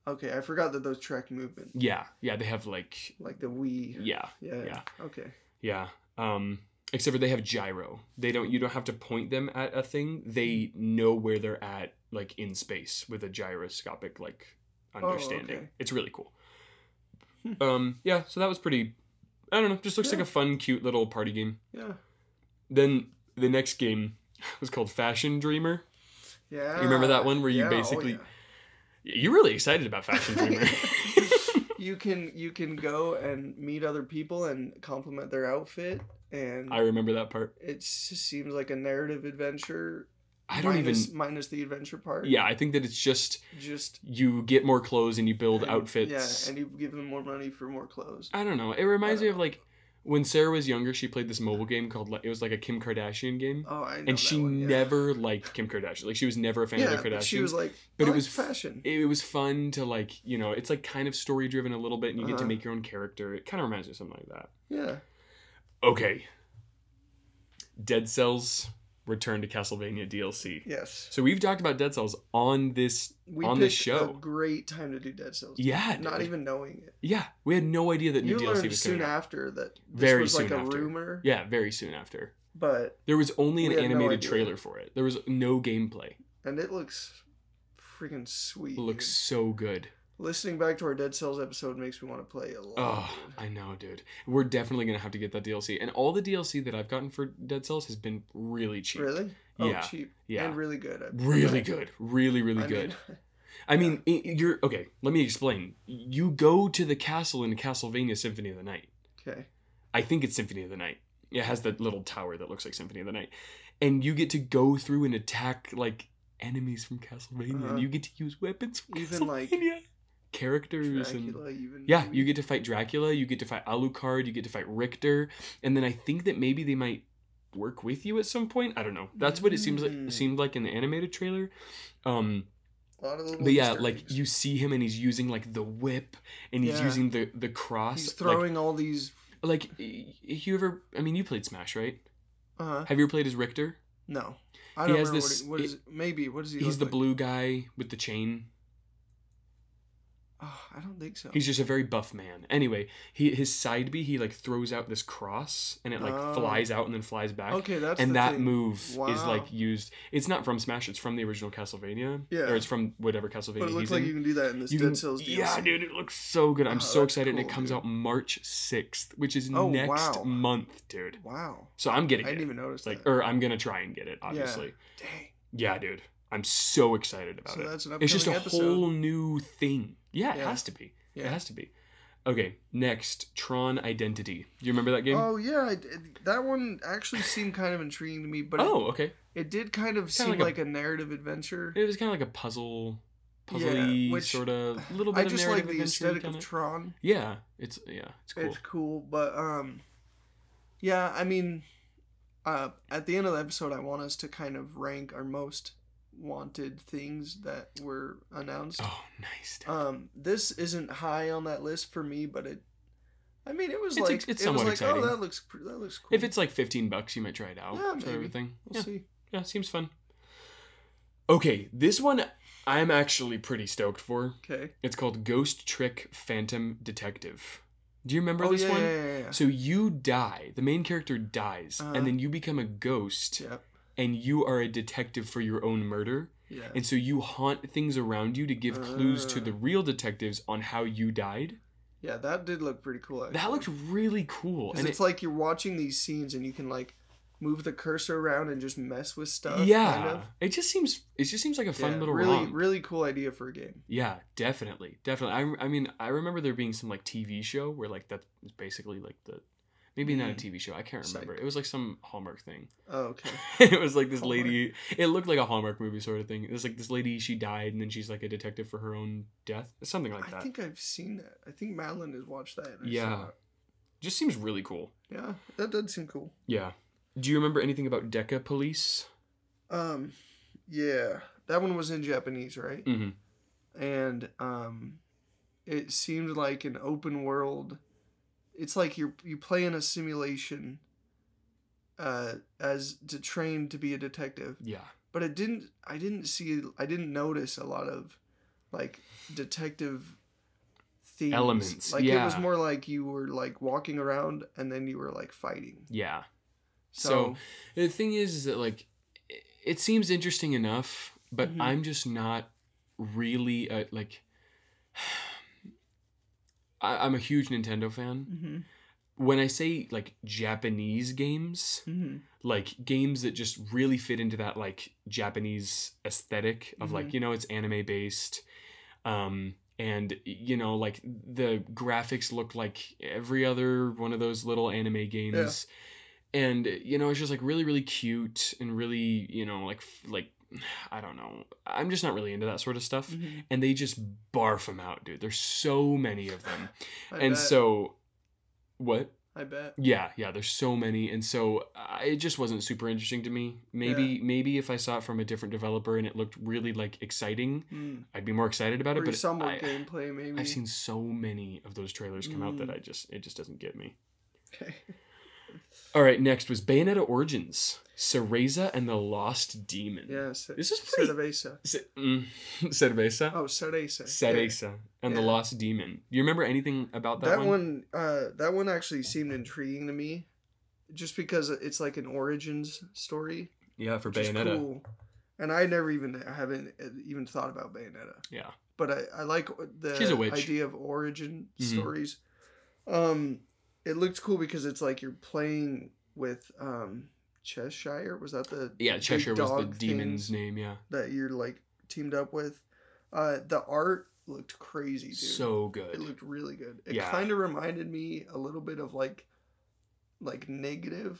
C: Okay, I forgot that those track movement
D: yeah yeah they have like
C: like the Wii.
D: yeah
C: Yeah.
D: Yeah.
C: Okay.
D: Yeah. Um except for they have gyro. They don't you don't have to point them at a thing.
C: Mm.
D: They know where they're at like in space with a gyroscopic like understanding.
C: Oh, okay. Hmm.
D: It's really cool. um yeah, so that was pretty I don't know, just looks
C: Yeah.
D: like a fun cute little party game.
C: Yeah.
D: Then the next game <laughs> was called Fashion Dreamer.
C: Yeah.
D: remember that one where you
C: Yeah, oh,
D: basically-
C: yeah.
D: You're really excited about
C: <laughs>
D: Fashion Dreamer. <laughs>
C: you can you can go and meet other people and compliment their outfit and
D: I remember that part.
C: it just seems like a narrative adventure.
D: I don't
C: minus-
D: even
C: minus the adventure part.
D: Yeah, I think that it's just
C: Just
D: you get more clothes and you build
C: and-
D: outfits.
C: Yeah, and you give them more money for more clothes.
D: I don't know. It reminds
C: I
D: me
C: don't
D: of like when Sarah was younger, she played this mobile game called like, it was like a Kim Kardashian game,
C: Oh, I know that
D: and she
C: one, yeah.
D: never liked Kim Kardashian. Like she was never a fan
C: yeah,
D: of the Kardashians.
C: but she was like,
D: But
C: but
D: it
C: it
D: was
C: was
D: f-
C: fashion.
D: it, it was fun to like you know it's like kind of story driven a little bit, and you get to
C: Uh-huh.
D: make your own character. It kind of reminds me of something like that.
C: yeah,
D: Okay. Dead Cells Return to Castlevania DLC.
C: yes.
D: So we've talked about Dead Cells on this.
C: We
D: On this
C: picked
D: show.
C: a great time to do Dead Cells.
D: Yeah,
C: not
D: dude.
C: even knowing it.
D: Yeah, we had no idea that new
C: You
D: DLC
C: learned
D: was
C: soon
D: coming. out.
C: after that this
D: Very
C: was like
D: soon
C: a
D: after.
C: rumor,
D: Yeah, very soon after.
C: but
D: There was only an
C: We had no
D: animated
C: idea.
D: trailer for it. There was no gameplay.
C: and it looks freaking sweet. dude.
D: looks so good.
C: Listening back to our Dead Cells episode makes me want to play a lot.
D: Oh,
C: dude.
D: I know, dude. We're definitely gonna have to get that DLC. And all the DLC that I've gotten for Dead Cells has been really cheap.
C: Really? Oh,
D: Yeah,
C: cheap.
D: yeah.
C: And really good. I-
D: Really good. Really, really
C: I
D: good.
C: mean,
D: I mean, i- i- you're okay. Let me explain. You go to the castle in Castlevania Symphony of the Night.
C: <laughs> okay.
D: I think it's Symphony of the Night. It has that little tower that looks like Symphony of the Night, and you get to go through and attack like enemies from Castlevania,
C: Uh-huh.
D: and you get to use weapons from
C: Even, like,
D: Castlevania. characters and
C: Dracula, even
D: yeah, you get to fight Dracula, you get to fight Alucard, you get to fight Richter, and then I think that maybe they might work with you at some point. I don't know. That's what it seems
C: Mm.
D: like seemed like in the animated trailer. Um
C: a lot of little
D: but yeah,
C: Easter
D: like
C: eggs.
D: you see him and he's using like the whip and he's
C: Yeah.
D: using the the cross.
C: he's
D: like
C: throwing all these.
D: like y- you ever I mean you played Smash, right?
C: Uh,
D: Have you ever played as Richter?
C: no, I
D: He
C: don't
D: has
C: remember
D: this-
C: what, it, what is. maybe what is he?
D: He's
C: look
D: the
C: like?
D: blue guy with the chain.
C: Oh, I don't think so.
D: He's just a very buff man. Anyway, he his side B he like throws out this cross and it like
C: Oh.
D: flies out and then flies back.
C: okay. That's
D: and
C: the
D: that
C: thing.
D: move is
C: Wow.
D: like used. It's not from Smash. It's from the original Castlevania.
C: Yeah.
D: or it's from whatever
C: But
D: Castlevania
C: it
D: he's
C: looks like
D: in.
C: you can do that in this
D: You
C: Dead
D: can-
C: Cells DLC.
D: yeah, dude, it looks so good. I'm
C: Wow,
D: so
C: Oh, that's
D: excited, and
C: cool,
D: it comes
C: dude.
D: out March sixth, which is
C: Oh,
D: next
C: wow.
D: month, dude.
C: Wow,
D: So I'm
C: I
D: getting
C: didn't
D: it,
C: even notice
D: like, er,
C: that.
D: or I'm gonna try and get it. Obviously,
C: Dang.
D: yeah, dude, I'm so excited about
C: So
D: it.
C: that's an upcoming
D: It's just a
C: episode.
D: whole new thing. Yeah, it
C: Yeah.
D: has to be.
C: Yeah.
D: It has to be. Okay, next, Tron Identity. Do you remember that game?
C: Oh yeah, I d- that one actually seemed kind of intriguing to me, but it,
D: oh okay.
C: it did kind of seem
D: like
C: like,
D: a-
C: a, narrative adventure.
D: It was kind of like a puzzle, puzzly
C: Yeah, which-
D: sort of little bit
C: I
D: of
C: just
D: narrative
C: like the
D: adventure
C: aesthetic
D: kinda.
C: of Tron.
D: yeah, it's yeah, it's cool.
C: It's cool, but um, yeah, I mean, uh, at the end of the episode, I want us to kind of rank our most wanted things that were announced.
D: oh, nice. dude.
C: Um, this isn't high on that list for me, but it, I mean, it was
D: It's
C: like
D: ex- it's
C: it was
D: somewhat
C: like,
D: exciting.
C: oh, that looks pr- that looks cool.
D: if it's like fifteen bucks, you might try it out.
C: Yeah,
D: Yeah,
C: maybe.
D: everything.
C: we'll
D: yeah,
C: see.
D: yeah, seems fun. Okay, this one I'm actually pretty stoked for.
C: Okay.
D: It's called Ghost Trick Phantom Detective. Do you remember
C: Oh
D: this
C: yeah,
D: one?
C: yeah, yeah, yeah.
D: So you die. The main character dies,
C: Uh-huh.
D: and then you become a ghost,
C: Yep.
D: and you are a detective for your own murder.
C: Yeah.
D: And so you haunt things around you to give clues to
C: Ah.
D: the real detectives on how you died.
C: Yeah, that did look pretty cool. Actually.
D: That looked really cool.
C: 'Cause
D: And
C: it's
D: it-
C: like you're watching these scenes and you can like move the cursor around and just mess with stuff.
D: yeah,
C: kind of.
D: it just seems it just seems like a fun
C: Yeah,
D: little
C: really,
D: romp.
C: really cool idea for a game.
D: yeah, definitely, definitely. I, I mean, I remember there being some like TV show where like that's basically like the maybe not a
C: Mhm.
D: TV show. I can't
C: Psych.
D: remember. It was like some Hallmark thing. <laughs>
C: Oh, okay.
D: it was like this lady. It looked like a Hallmark movie sort of thing. It was like this lady. She died, and then she's like a detective for her own death, something like
C: I
D: that.
C: think I've seen that. I think Madeline has watched that. and I saw
D: Yeah.
C: it.
D: Just seems really cool.
C: Yeah, that does seem cool.
D: Yeah. Do you remember anything about Deca Police?
C: Um, yeah, that one was in Japanese, right?
D: Mm-hmm.
C: And um, it seemed like an open world. It's like you're you play in a simulation. Uh, as to train to be a detective.
D: Yeah.
C: but it didn't i didn't see i didn't notice a lot of like detective themes.
D: Elements,
C: like it was
D: yeah.
C: more like you were like walking around and then you were like fighting
D: Yeah.
C: so,
D: So, The thing is, is that like, it- it seems interesting enough, but
C: Mhm.
D: I'm just not really uh, like. <sighs> I, I'm a huge Nintendo fan.
C: Mhm,
D: When I say like Japanese games,
C: mhm.
D: like games that just really fit into that like Japanese aesthetic of
C: Mm-hmm.
D: like you know it's anime based, um, and you know like the graphics look like every other one of those little anime games, and you know it's just like really really cute and really you know like f- like <sighs> I don't know I'm just not really into that sort of stuff,
C: Mhm.
D: and they just barf them out, dude. There's so many of them,
C: I
D: and
C: bet,
D: so what
C: i bet
D: yeah, yeah, there's so many and so uh, it just wasn't super interesting to me. Maybe maybe if I saw it from a different developer and it looked really like exciting,
C: mm.
D: I'd be more excited about it,
C: or
D: but
C: some more
D: I,
C: gameplay maybe
D: I've
C: <laughs>
D: seen so many of those trailers come out that
C: Mm.
D: I just it just doesn't get me.
C: okay.
D: All right, next was Bayonetta Origins, Cereza and the Lost Demon.
C: yeah Se-
D: This is pretty
C: Cerveza.
D: Se- mm, <laughs> Cerveza,
C: oh Cereza.
D: Cereza and the
C: Yeah.
D: Lost Demon. Do you remember anything about
C: that,
D: that,
C: that one uh that one actually seemed intriguing to me just because it's like an origins story
D: Yeah, for
C: Just
D: Bayonetta.
C: cool. And I never even I haven't even thought about Bayonetta,
D: Yeah.
C: but I, I like the
D: She's a witch.
C: idea of origin
D: Mhm.
C: stories. Um, it looked cool because it's like you're playing with um Cheshire. Was that the
D: Yeah,
C: big
D: Cheshire was the
C: dog
D: demon's
C: things
D: name, yeah.
C: that you're like teamed up with? Uh, the art looked crazy, dude.
D: So good.
C: it looked really good. It
D: Yeah.
C: kind of reminded me a little bit of like like negative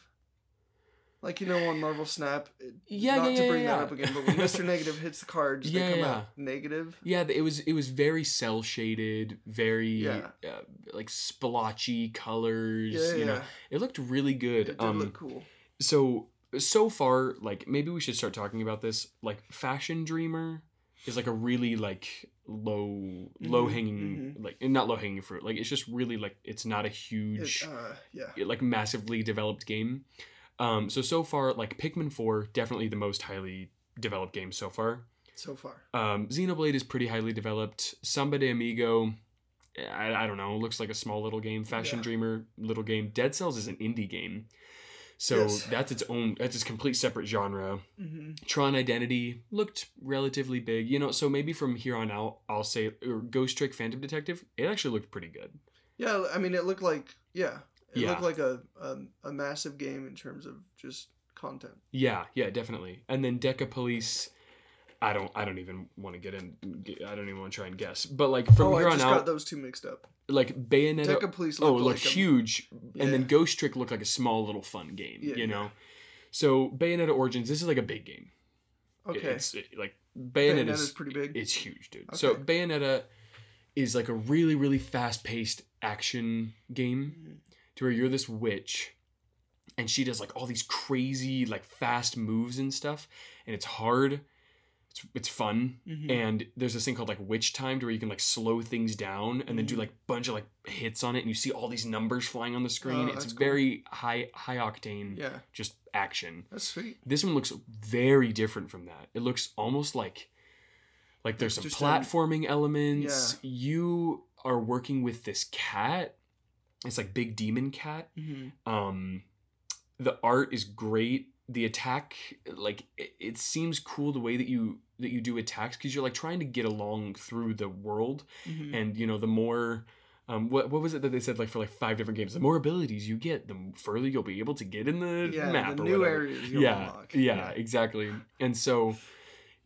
C: Like you know, on Marvel Snap.
D: Yeah,
C: not
D: yeah,
C: to
D: yeah,
C: bring
D: yeah.
C: that up again,
D: <laughs>
C: but when Mr. Negative hits the cards,
D: Yeah,
C: they come
D: yeah.
C: out negative.
D: Yeah, it was it was very cell shaded, very
C: Yeah.
D: uh, like splotchy colors.
C: Yeah,
D: you know,
C: yeah.
D: it looked really good.
C: It did
D: um,
C: look cool.
D: so so far, like maybe we should start talking about this. Like Fashion Dreamer is like a really like low
C: Mm-hmm,
D: low hanging like not low hanging fruit. Like it's just really like it's not a huge
C: It, uh, yeah.
D: like massively developed game. Um, so so far, like Pikmin Four, definitely the most highly developed game so far.
C: So far,
D: Um, Xenoblade is pretty highly developed. Samba de Amigo, I, I don't know, looks like a small little game. Fashion
C: Yeah.
D: Dreamer, little game. Dead Cells is an indie game. So
C: Yes.
D: that's its own, that's its complete separate genre.
C: hmm
D: Tron Identity looked relatively big, you know, so maybe from here on out, I'll say or Ghost Trick Phantom Detective, it actually looked pretty good.
C: yeah. I mean, it looked like yeah, it
D: Yeah.
C: looked like a, a a massive game in terms of just content.
D: Yeah, yeah, definitely. And then Deca Police, I don't, I don't even want to get in, I don't even want to try and guess. But like from
C: oh,
D: here
C: I
D: on
C: just
D: out,
C: got those two mixed up.
D: like Bayonetta.
C: Take a police.
D: oh, it
C: looked
D: looked
C: like a-
D: huge, and then
C: Yeah.
D: Ghost Trick looked like a small little fun game.
C: Yeah,
D: you know, so Bayonetta Origins. This is like a big game. It-
C: Okay.
D: it's it- like Bayonetta
C: Bayonetta's pretty big.
D: It's huge, dude. So
C: Okay.
D: Bayonetta is like a really really fast paced action game
C: Mm-hmm.
D: to where you're this witch. And she does like all these crazy, like fast moves and stuff, and it's hard. It's, it's fun,
C: Mhm.
D: and there's this thing called like witch timed where you can like slow things down and then do
C: Mhm.
D: like bunch of like hits on it and you see all these numbers flying on the screen
C: Oh,
D: it's
C: that's cool.
D: very high high octane
C: yeah,
D: just action
C: that's sweet.
D: this one looks very different from that it looks almost like like there's some
C: Just a-
D: platforming elements you are working with this cat it's like big demon cat
C: Mhm.
D: um the art is great the attack like it, it seems cool the way that you that you do attacks because you're like trying to get along through the world
C: Mhm.
D: and you know the more um, what, what was it that they said like for like five different games the more abilities you get the further you'll be able to get in the
C: yeah,
D: map
C: the
D: or
C: new
D: whatever
C: areas you
D: yeah,
C: unlock.
D: Yeah, exactly. And so,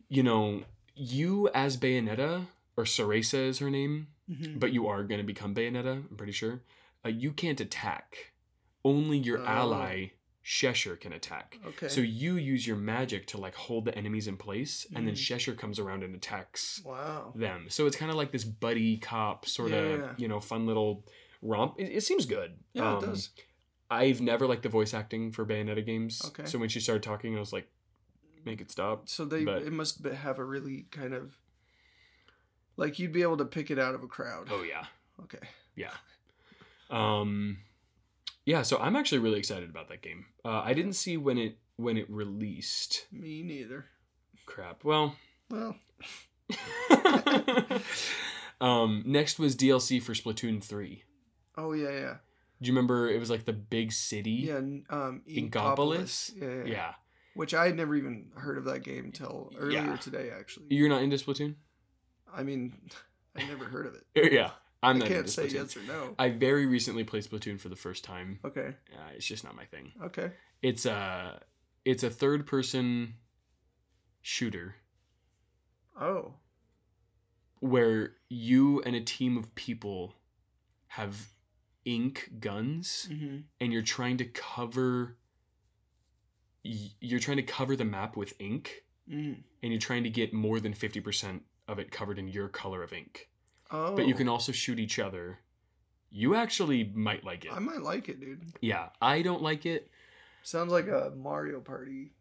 D: you know, you as Bayonetta, or Ceresa is her name,
C: Mhm.
D: but you are going to become Bayonetta, I'm pretty sure. Uh, you can't attack. Only your
C: Oh.
D: ally, Shesher, can attack.
C: Okay.
D: So you use your magic to like hold the enemies in place, and then
C: Mhm.
D: Shesher comes around and attacks
C: wow.
D: them. So it's kind of like this buddy cop sort of,
C: Yeah.
D: you know, fun little romp. It, it seems good.
C: Yeah,
D: Um,
C: it does.
D: I've never liked the voice acting for Bayonetta games.
C: Okay.
D: So when she started talking, I was like, make
C: <sighs>
D: it stop.
C: So they
D: but-
C: it must be, have a really kind of like you'd be able to pick it out of a crowd.
D: Oh yeah,
C: Okay.
D: yeah. Um, yeah. So I'm actually really excited about that game. Uh, I didn't see when it when it released.
C: Me neither.
D: Crap. Well. <laughs>
C: Well,
D: um, next was DLC for Splatoon three.
C: oh yeah, yeah,
D: Do you remember it was like the big city?
C: yeah. n- Um,
D: E? Inkopolis?
C: Inkopolis. Yeah, yeah, yeah.
D: Yeah.
C: Which I had never even heard of that game till earlier
D: Yeah.
C: today. Actually,
D: You're not into Splatoon? <laughs>
C: I mean, <laughs> I never heard of it.
D: Yeah. <laughs> I'm
C: I
D: not
C: can't
D: into
C: say
D: Splatoon.
C: yes or no.
D: I very recently played Splatoon for the first time.
C: Okay.
D: Uh, it's just not my thing.
C: Okay.
D: It's a it's a third person shooter
C: Oh.
D: where you and a team of people have ink guns
C: Mm-hmm.
D: and you're trying to cover y- you're trying to cover the map with ink
C: Mm.
D: and you're trying to get more than 50% of it covered in your color of ink.
C: Oh.
D: But you can also shoot each other. You actually might like it.
C: I might like it, dude.
D: yeah, I don't like it.
C: Sounds like a Mario Party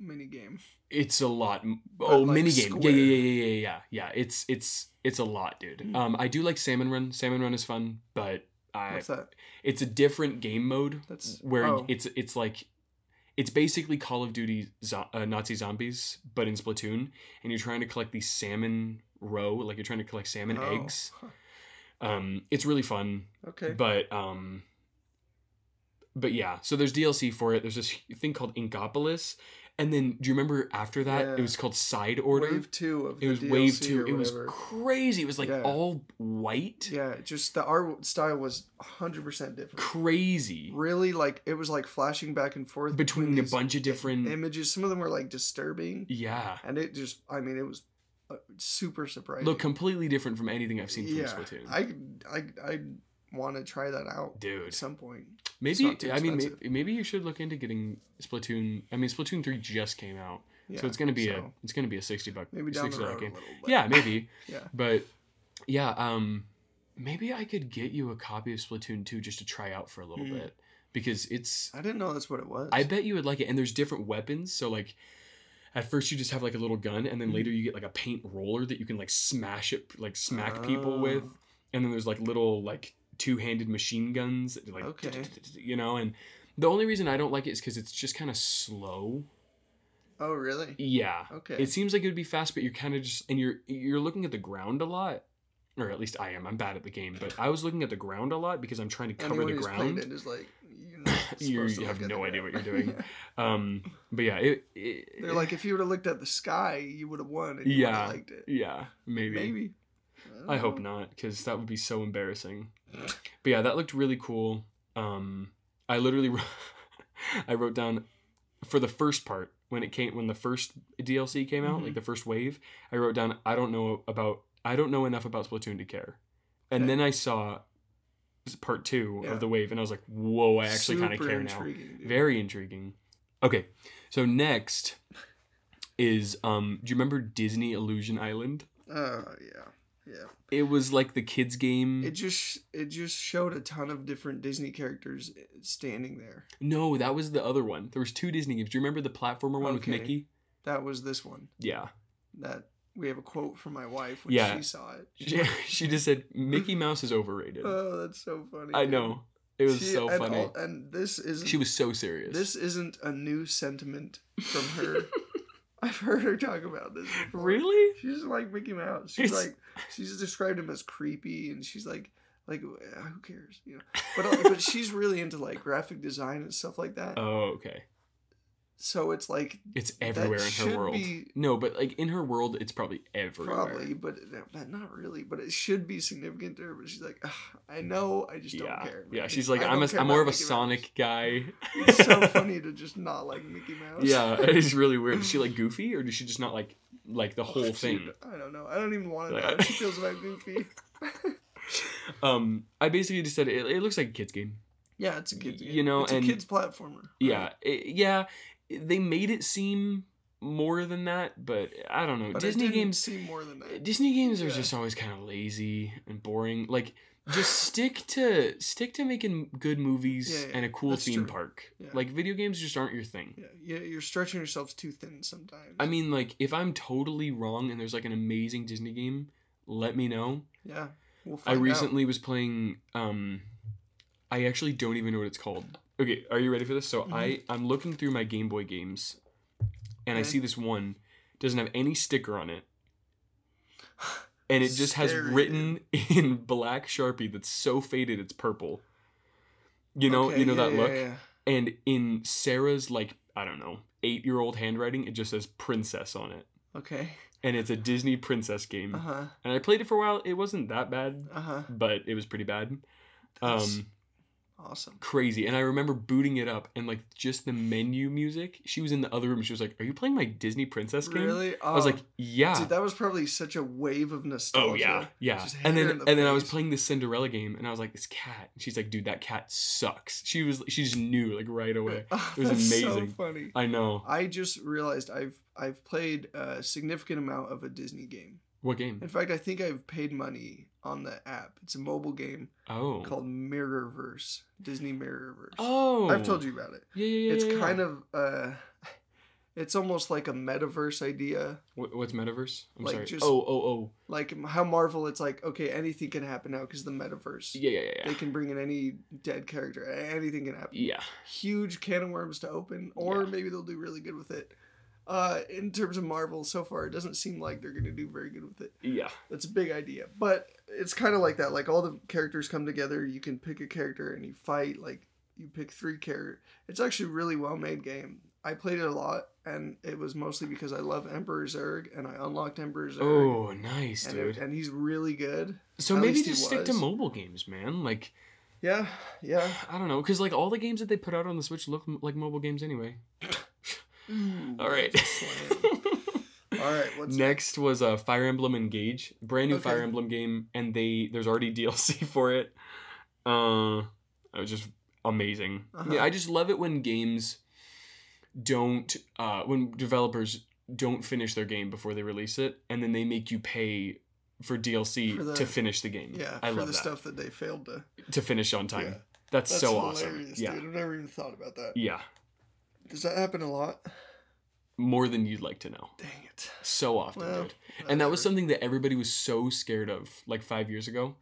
C: mini game.
D: It's a lot. m- Oh,
C: like,
D: mini minigame. Yeah,
C: square.
D: yeah, yeah, yeah, yeah, yeah. Yeah, it's it's it's a lot, dude.
C: Mm.
D: Um, I do like Salmon Run. Salmon Run is fun, but I,
C: What's that?
D: it's a different game mode
C: That's
D: where
C: oh.
D: it's it's like it's basically Call of Duty zo- uh, Nazi zombies, but in Splatoon, and you're trying to collect these salmon roe, like you're trying to collect salmon
C: Oh.
D: eggs. Um, it's really fun.
C: <laughs> Okay.
D: But um but yeah, so there's DLC for it. There's this thing called Inkopolis. And then do you remember after that it
C: Yeah.
D: was called Side Order?
C: Wave two of
D: it
C: the
D: was
C: DLC
D: Wave 2.
C: or
D: It was
C: whatever.
D: crazy. It was like
C: Yeah.
D: all white.
C: yeah, just the art style was hundred percent different.
D: Crazy.
C: Really, like it was like flashing back and forth
D: Between a
C: these
D: bunch of different
C: images. Some of them were like disturbing,
D: Yeah.
C: and it just, I mean, it was uh, super surprising.
D: Look completely different from anything I've seen from
C: yeah,
D: Splatoon.
C: I, I, I want to try that out
D: dude.
C: at some point. not
D: Maybe
C: too
D: I mean maybe,
C: expensive.
D: maybe you should look into getting Splatoon. I mean Splatoon three just came out,
C: Yeah,
D: so it's gonna be a
C: so
D: it's gonna be a sixty buck
C: Maybe down the
D: sixty dollar
C: road a
D: game.
C: little bit.
D: Yeah, maybe.
C: <laughs> Yeah.
D: but yeah, um, maybe I could get you a copy of Splatoon two just to try out for a little
C: Mhm.
D: bit because it's.
C: I didn't know that's what it was.
D: I bet you would like it, and there's different weapons. So like, at first you just have like a little gun, and
C: Hmm.
D: then later you get like a paint roller that you can like smash it, like smack people
C: Oh.
D: with, and then there's like little like two-handed machine guns that do, like
C: Okay.
D: <laughs> you know and the only reason i don't like it is because it's just kind of slow
C: oh really?
D: yeah
C: Okay.
D: it seems like it would be fast but you're kind of just and you're you're looking at the ground a lot or at least i am i'm bad at the game but i was looking at the ground a lot because i'm trying to cover
C: Anyone
D: the
C: who's played
D: ground
C: it is like you're not supposed
D: <laughs> you,
C: to
D: you
C: look
D: have
C: at the
D: no idea what
C: ground.
D: you're doing um but yeah it, it
C: <laughs> They're like, if you would have looked at the sky, you would have won, and you
D: Yeah.
C: would have liked it.
D: <laughs> yeah maybe,
C: Maybe.
D: i
C: Mm.
D: hope not because that would be so embarrassing but yeah that looked really cool um i literally wrote- <laughs> i wrote down for the first part when it came when the first dlc came out
C: Mm-hmm.
D: like the first wave i wrote down i don't know about i don't know enough about splatoon to care and
C: Okay.
D: then i saw part two
C: Yeah.
D: of the wave and i was like whoa i actually kind of
C: Super
D: care now
C: intriguing, dude.
D: very intriguing okay so next is um do you remember disney illusion island
C: Oh yeah, yeah.
D: it was like the kids game
C: It just it just showed a ton of different Disney characters eh, standing there.
D: no that was the other one there was two disney games do you remember the platformer one with
C: Okay.
D: mickey
C: That was this one <laughs>
D: yeah
C: that we have a quote from my wife when
D: <laughs> Yeah.
C: she saw it.
D: she, she just said mickey mouse is overrated
C: Oh, that's so funny.
D: i
C: dude.
D: know it was
C: She-
D: so
C: and
D: funny
C: all- and this isn't
D: she was so serious
C: this isn't a new sentiment from
D: <laughs>
C: her. I've heard her talk about this. Before.
D: really
C: She doesn't like Mickey Mouse. She's
D: It's-
C: like she's described him as creepy, and she's like like "Uh, who cares, you know? But uh,
D: <laughs>
C: but she's really into like graphic design and stuff like that.
D: oh okay
C: so it's like
D: it's everywhere in
C: should
D: her world
C: be-
D: no but like in her world it's probably everywhere
C: probably, but uh, but not really. But it should be significant to her. But she's like, "Ugh, I know, I just
D: yeah
C: don't care.
D: yeah
C: man.
D: she's like
C: I
D: i'm,
C: don't
D: a,
C: care
D: I'm more of
C: about
D: a
C: Mickey Mouse."
D: sonic
C: <laughs>
D: guy <laughs>
C: It's so funny to just not like Mickey Mouse.
D: Yeah, <laughs> it's really weird. Is she like goofy, or does she just not like
C: <laughs>
D: like the whole thing?
C: Dude, I don't know. I don't even want to know
D: Like,
C: how
D: I-
C: she
D: <laughs>
C: feels about Goofy.
D: Um, I basically just said it, it looks like a kids game.
C: Yeah, it's a kid's game.
D: You know,
C: it's
D: and-
C: a kid's platformer.
D: Yeah, it- yeah, they made it seem more than that, but I don't know.
C: But Disney
D: Disney
C: didn't
D: games,
C: seem more than that.
D: Disney games are
C: Yeah.
D: just always kind of lazy and boring.
C: <sighs>
D: Like,
C: <laughs>
D: just stick to stick to making good movies
C: Yeah, yeah,
D: and a cool
C: that's true.
D: theme park.
C: Yeah.
D: Like, video games just aren't your thing.
C: Yeah, you- you're stretching yourselves too thin sometimes.
D: I mean, like, if I'm totally wrong and there's like an amazing Disney game, let me know.
C: yeah, we'll
D: I
C: find out.
D: recently was playing. Um, I actually don't even know what it's called. Okay, are you ready for this? So
C: Mm-hmm.
D: I I'm looking through my Game Boy games, and I
C: Okay.
D: see this one doesn't have any sticker on
C: <laughs>
D: it, and it just has
C: Scary,
D: written <laughs> in black sharpie that's so faded it's purple. You know,
C: Okay,
D: you know
C: yeah,
D: that
C: yeah,
D: look.
C: yeah.
D: And in Sarah's like I don't know eight year old handwriting, it just says princess on it,
C: Okay.
D: and it's a Disney princess game.
C: Uh huh.
D: And I played it for a while. It wasn't that bad
C: Uh huh.
D: but it was pretty bad.
C: That's-
D: Um,
C: Awesome.
D: crazy. And I remember booting it up and like just the menu music. She was in the other room. She was like, "Are you playing my Disney princess game?"
C: Really?
D: I was
C: Oh,
D: like, "Yeah."
C: dude, that was probably such a wave of nostalgia.
D: Oh yeah,
C: <laughs>
D: yeah.
C: Just hit
D: And then
C: her in
D: and
C: the
D: then I was
C: face.
D: playing this Cinderella game, and I was like, "This cat." And she's like, "Dude, that cat sucks." She was she just knew like right away.
C: Oh,
D: It was
C: that's so
D: amazing.
C: funny.
D: I know
C: I just realized I've I've played a significant amount of a Disney game.
D: what
C: In
D: game.
C: fact, I think I've paid money on the app. It's a mobile game
D: Oh,
C: called Mirrorverse, Disney Mirrorverse.
D: oh,
C: I've told you about it.
D: Yeah, yeah, yeah.
C: it's
D: yeah, yeah.
C: kind of uh it's almost like a metaverse idea
D: What, what's metaverse? I'm
C: like,
D: sorry.
C: just-
D: oh, oh, oh.
C: like how marvel it's like okay anything can happen now because the metaverse
D: Yeah, yeah, yeah,
C: they
D: yeah.
C: can bring in any dead character a- anything can happen
D: Yeah.
C: huge can of worms to open or
D: Yeah.
C: maybe they'll do really good with it uh in terms of marvel so far it doesn't seem like they're gonna do very good with it
D: Yeah.
C: that's a big idea but it's kind of like that like all the characters come together you can pick a character and you fight like you pick three characters it's actually a really well made game i played it a lot and it was mostly because i love emperor zerg and i unlocked emperor zerg
D: Oh, nice,
C: and,
D: dude.
C: it- and he's really good
D: So
C: At
D: maybe
C: least he
D: just stick to
C: was.
D: mobile games, man. Like
C: yeah yeah
D: I don't know, because like all the games that they put out on the Switch look m- like mobile games anyway. All right. <laughs>
C: all right what's
D: Next was uh, Fire Emblem Engage, brand new Fire
C: Okay.
D: <laughs> Emblem game, and they there's already DLC for it. Uh, it was just amazing.
C: Uh-huh.
D: Yeah, I just love it when games don't, uh, when developers don't finish their game before they release it, and then they make you pay for DLC
C: For the-
D: to finish the game.
C: Yeah,
D: I
C: for
D: love
C: the
D: that
C: stuff that they failed to.
D: to finish on time.
C: Yeah.
D: That's,
C: That's
D: so awesome.
C: hilarious,
D: Yeah,
C: dude. I've never even thought about that.
D: yeah,
C: Does that happen a lot?
D: more than you'd like to know.
C: Dang it.
D: So often,
C: Well,
D: dude. And that was
C: whatever.
D: something that everybody was so scared of, like five years ago,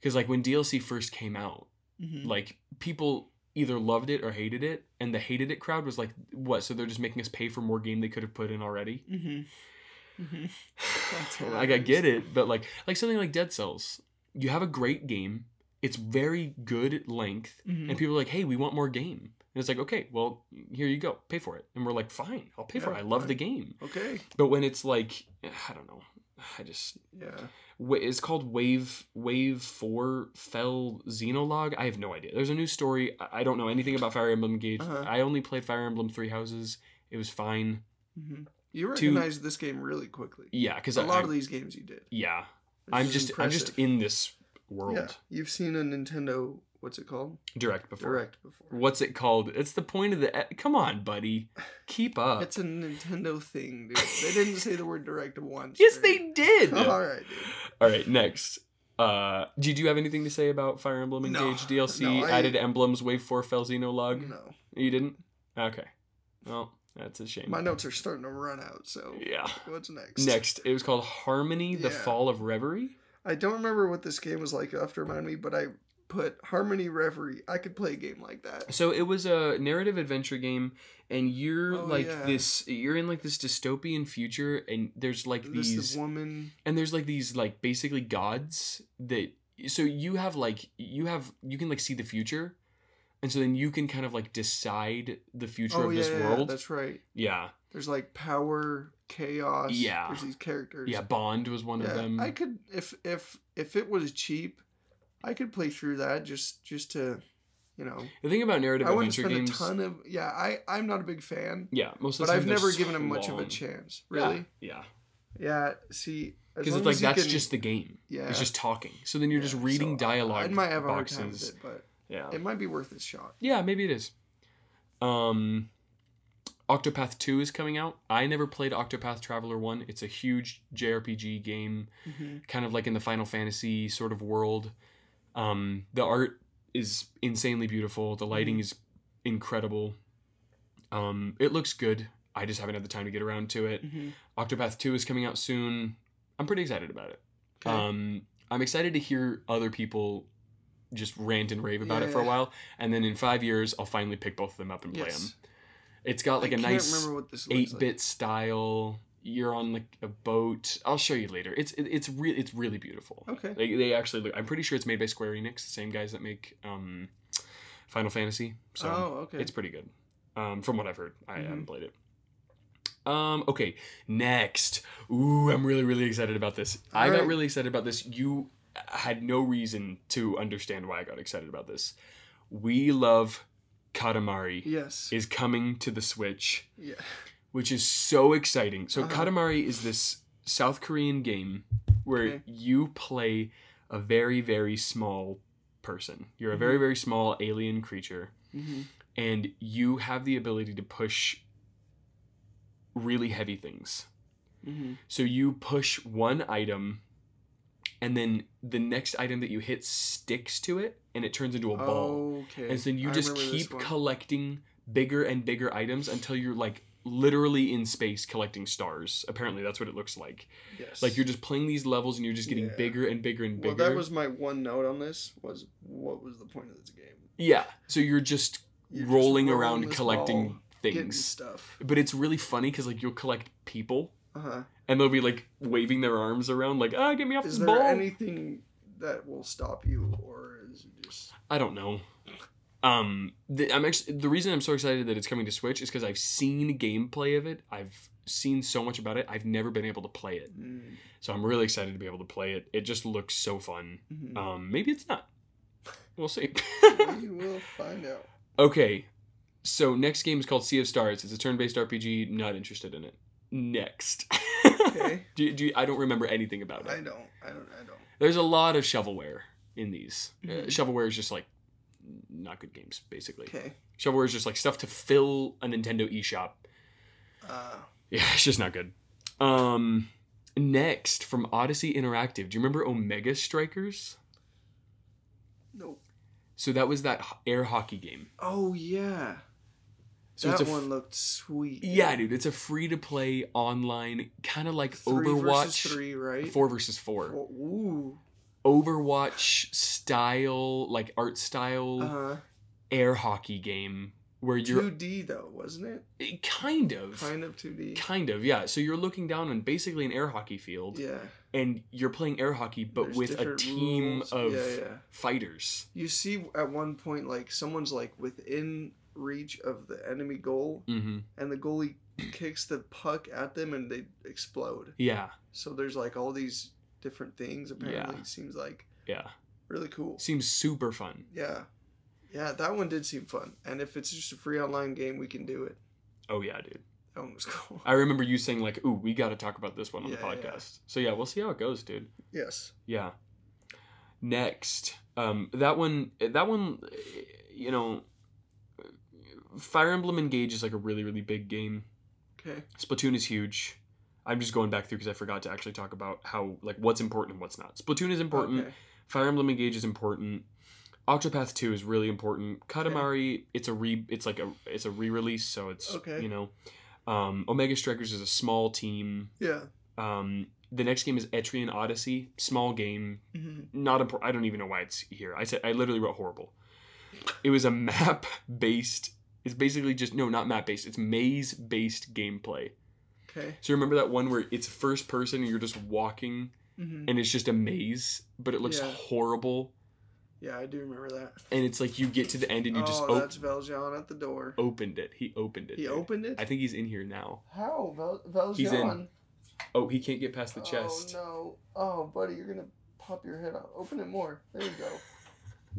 D: because like when DLC first came out,
C: Mhm.
D: like people either loved it or hated it and the hated it crowd was like what so they're just making us pay for more game they could have put in already
C: Mhm. Mhm. <laughs> That's
D: <laughs> like i get it but like like something like dead cells you have a great game it's very good at length
C: Mhm.
D: and people are like hey we want more game and it's like okay well here you go pay for it and we're like fine i'll pay for it
C: Yeah,
D: i love the
C: fine.
D: game
C: Okay.
D: but when it's like <sighs> i don't know i just
C: Yeah.
D: wa- it's called Wave Wave Four Fell Xenolog. I have no idea. There's a new story. I I don't know anything about Fire Emblem Engage.
C: Uh-huh.
D: I only played Fire Emblem Three Houses. It was fine.
C: hmm You
D: To-
C: recognize this game really quickly.
D: Yeah, because
C: a lot of these games you did.
D: yeah,
C: which
D: I'm
C: is
D: just I'm just
C: impressive.
D: in this world
C: Yeah, you've seen a Nintendo. What's it called?
D: direct before.
C: Direct before.
D: What's it called? It's the point of the. eh, Come on, buddy, keep up.
C: It's a Nintendo thing, dude. they didn't say the word direct once.
D: yes,
C: right?
D: they
C: <laughs>
D: did.
C: All right, dude.
D: All right, next. Uh, did you have anything to say about Fire Emblem
C: No.
D: Engage DLC?
C: No, I-
D: added emblems, Wave Four Fell Xenolog.
C: No,
D: You didn't? Okay. Well, that's a shame.
C: my notes are starting to run out. So
D: yeah.
C: what's next?
D: Next, it was called Harmony: The
C: Yeah.
D: Fall of Reverie.
C: I don't remember what this game was like. You have to remind me, but I put Harmony Reverie. I could play a game like that.
D: So it was a narrative adventure game, and you're
C: Oh,
D: like
C: yeah.
D: this. You're in like this dystopian future, and there's like
C: This
D: these,
C: the woman.
D: and there's like these like basically gods that. So you have like you have you can like see the future, and so then you can kind of like decide the future
C: Oh
D: of
C: yeah,
D: this world.
C: that's right.
D: yeah,
C: There's like power, chaos.
D: Yeah.
C: There's these characters.
D: yeah. Bond was one of them.
C: I could if if if it was cheap, I could play through that just just to, you know,
D: the thing about narrative
C: I wouldn't
D: adventure
C: spend
D: games.
C: a ton of yeah. I I'm not a big fan,
D: Yeah, most
C: but
D: of the time
C: I've
D: they're
C: never
D: so
C: given him much of a
D: long.
C: chance. Really?
D: Yeah.
C: Yeah. see, as
D: Because
C: long
D: it's like
C: as you
D: that's
C: can-
D: just the game.
C: yeah.
D: It's just talking. So then you're just
C: yeah,
D: reading
C: so I-
D: dialogue.
C: I might have a hard
D: boxes.
C: time with it, but
D: Yeah.
C: it might be worth its shot.
D: yeah, maybe it is. Um Octopath 2 is coming out. I never played Octopath Traveler 1. It's a huge JRPG game, kind of like in the Final Fantasy sort of world. Um the art is insanely beautiful. The lighting is incredible. Um it looks good. I just haven't had the time to get around to
C: Mm.
D: it. Octopath 2 is coming out soon. I'm pretty excited about it.
C: Okay.
D: Um, I'm excited to hear other people just rant and rave about it for a
C: Yeah.
D: while, and then in five years, I'll finally pick both of them up and play
C: Yes.
D: them. It's got like a
C: I can't
D: nice
C: remember what this looks
D: eight
C: like.
D: bit style. You're on like a boat. I'll show you later. It's it, it's really it's really beautiful.
C: Okay.
D: They, they actually look. I'm pretty sure it's made by Square Enix, the same guys that make um, Final Fantasy. So
C: oh, okay.
D: it's pretty good. Um, from what I've heard, I
C: Mhm.
D: haven't played it. Um, okay, next. Ooh, I'm really, really excited about this. I got
C: Alright.
D: really excited about this. You had no reason to understand why I got excited about this. We love Katamari
C: yes.
D: is coming to the Switch,
C: yeah.
D: which is so exciting. So
C: Uh-huh.
D: Katamari is this South Korean game where
C: Okay.
D: you play a very, very small person. You're
C: Mm-hmm.
D: a very, very small alien creature
C: hmm
D: and you have the ability to push really heavy things.
C: hmm
D: So you push one item, and then the next item that you hit sticks to it, and it turns into a ball.
C: Oh, Okay.
D: And so you
C: I
D: just
C: remember this
D: keep
C: one.
D: collecting bigger and bigger items until you're like literally in space collecting stars. Apparently, that's what it looks like.
C: yes.
D: Like you're just playing these levels, and you're just getting
C: Yeah.
D: bigger and bigger and bigger.
C: Well, that was my one note on this. Was what was the point of this game?
D: yeah. So you're just
C: You're just
D: rolling
C: rolling
D: around
C: this
D: collecting
C: ball, Getting
D: things.
C: stuff.
D: but it's really funny because like you'll collect people
C: Uh huh.
D: and they'll be like waving their arms around like ah get me off
C: Is
D: this
C: there
D: ball
C: anything that will stop you, or is it just?
D: i don't know um the, i'm actually the reason i'm so excited that it's coming to switch is because i've seen gameplay of it i've seen so much about it i've never been able to play it
C: Mm,
D: so i'm really excited to be able to play it it just looks so fun
C: mhm.
D: um maybe it's not we'll see <laughs>
C: we will find out.
D: okay so next game is called sea of stars it's a turn-based rpg not interested in it next <laughs>
C: Okay.
D: do, do i don't remember anything about it
C: I don't. I don't. I don't.
D: There's a lot of shovelware. in these. Uh,
C: Mhm.
D: shovelware is just like not good games, basically.
C: Okay.
D: Shovelware is just like stuff to fill a Nintendo eShop. <laughs>
C: Uh,
D: Yeah, it's just not good. Um, next from Odyssey Interactive, do you remember Omega Strikers?
C: no.
D: So that was that h- air hockey game.
C: Oh yeah.
D: So
C: that
D: it's a f-
C: one looked sweet.
D: yeah, dude, it's a free to play online, kind of like
C: Three
D: Overwatch.
C: versus three, right?
D: Four versus four.
C: Four- Ooh.
D: Overwatch style, like art style
C: Uh
D: air hockey game where
C: Two
D: you're
C: D though, wasn't it?
D: eh, kind of,
C: Kind of two D.
D: kind of, yeah. So you're looking down on basically an air hockey field,
C: Yeah.
D: and you're playing air hockey, but
C: There's
D: with a
C: different
D: team
C: rules.
D: of
C: Yeah, yeah.
D: fighters.
C: You see at one point like someone's like within reach of the enemy goal
D: Mm-hmm.
C: and the goalie kicks the puck at them and they explode.
D: Yeah,
C: So there's like all these different things apparently
D: Yeah.
C: it seems like
D: yeah.
C: really cool.
D: Seems super fun.
C: Yeah. Yeah, that one did seem fun. And if it's just a free online game, we can do it.
D: Oh yeah, dude.
C: That one was <laughs> cool.
D: I remember you saying like, "Ooh, we got to talk about this one on the
C: Yeah, yeah.
D: podcast." So yeah, we'll see how it goes, dude.
C: Yes.
D: Yeah. Next, um, that one, that one, eh, you know, eh, Fire Emblem Engage is like a really, really big game.
C: Okay.
D: Splatoon is huge. I'm just going back through because I forgot to actually talk about how like what's important and what's not. Splatoon is important.
C: Okay.
D: Fire Emblem Engage is important. Octopath 2 is really important. Katamari, it's a re it's like a it's a re-release, so it's
C: Okay.
D: you know. Um, Omega Strikers is a small team.
C: Yeah.
D: Um, the next game is Etrian Odyssey, small game,
C: Mm-hmm.
D: not important. I don't even know why it's here. I said I literally wrote horrible. It was a <laughs> map based. It's basically just no, not map based. It's maze based gameplay.
C: Okay.
D: So remember that one where it's first person and you're just walking
C: Mm-hmm.
D: and it's just a maze, but it looks
C: Yeah.
D: horrible.
C: Yeah, I do remember that.
D: And it's like you get to the end and you just
C: oh,
D: op-
C: that's Valjean at the door.
D: opened it. He opened it.
C: he
D: dude.
C: opened it?
D: I think he's in here now.
C: How? Val- Valjean?
D: He's in Oh, he can't get past the chest.
C: Oh, no. Oh, buddy, you're going to pop your head out. Open it more. There you <laughs> go.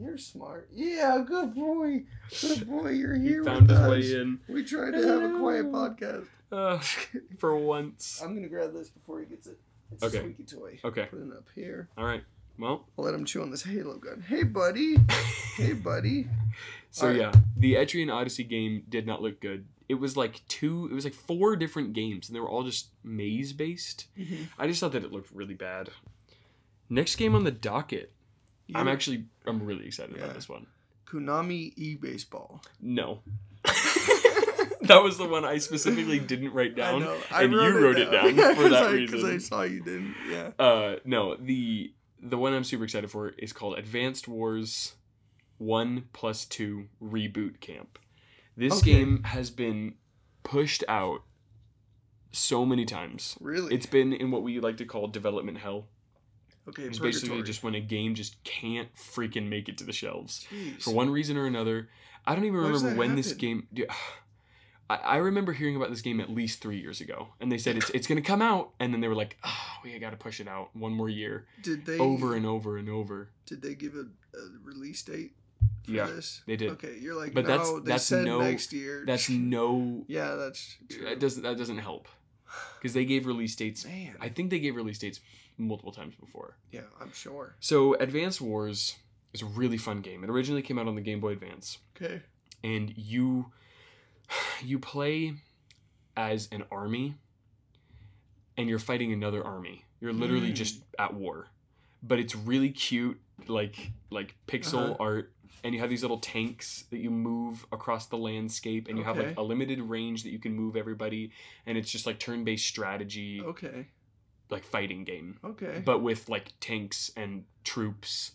C: You're smart. Yeah, good boy. Good boy, you're
D: He
C: here
D: found
C: with
D: his
C: us.
D: way in
C: We tried to have a quiet
D: Hello.
C: podcast. <laughs>
D: uh, for once.
C: I'm going to grab this before he gets it. It's
D: Okay.
C: a squeaky toy.
D: Okay.
C: Put it up here.
D: All right. Well,
C: I'll let him chew on this Halo gun. Hey, buddy.
D: <laughs>
C: hey, <laughs> buddy.
D: so
C: All right.
D: yeah, the Etrian Odyssey game did not look good. It was like two. It was like four different games, and they were all just maze based. I just thought that it looked really bad. Next game on the docket. I'm
C: You-
D: actually I'm really excited
C: Yeah.
D: about this one.
C: Konami e baseball. <laughs>
D: No. that was the one I specifically didn't write down. and you wrote it
C: <laughs>
D: down, for
C: Because
D: that
C: I-
D: reason.
C: I saw you didn't. Yeah.
D: Uh no, the the one I'm super excited for is called Advanced Wars 1 plus 2 Reboot Camp. This
C: Okay.
D: game has been pushed out so many times.
C: Really?
D: It's been in what we like to call development hell.
C: okay.
D: It's
C: purgatory.
D: basically just when a game just can't freaking make it to the shelves.
C: Jeez.
D: for one reason or another. I don't even
C: Why does
D: remember
C: that
D: when this
C: happen?
D: game. dude, <sighs> I, I remember hearing about this game at least three years ago, and they said it's it's gonna come out, and then they were like, "Ah, we got to push it out one more year,
C: Did they
D: over and over and over."
C: Did they give a, a release date for
D: Yeah,
C: this?
D: they did.
C: Okay, you're like,
D: But
C: no,
D: that's-
C: they
D: that's
C: said
D: no-
C: next year. <laughs>
D: That's no.
C: yeah, that's true.
D: That doesn't that doesn't help because they gave release dates.
C: Man,
D: I think they gave release dates multiple times before.
C: yeah, I'm sure.
D: So Advance Wars is a really fun game. It originally came out on the Game Boy Advance.
C: Okay,
D: and you <sighs> you play as an army and you're fighting another army you're literally
C: Hmm.
D: just at war but it's really cute like like pixel
C: Uh-huh.
D: art and you have these little tanks that you move across the landscape and you have like
C: Okay.
D: a limited range that you can move everybody and it's just like turn-based strategy
C: okay,
D: like fighting game
C: Oh. okay.
D: but with like tanks and troops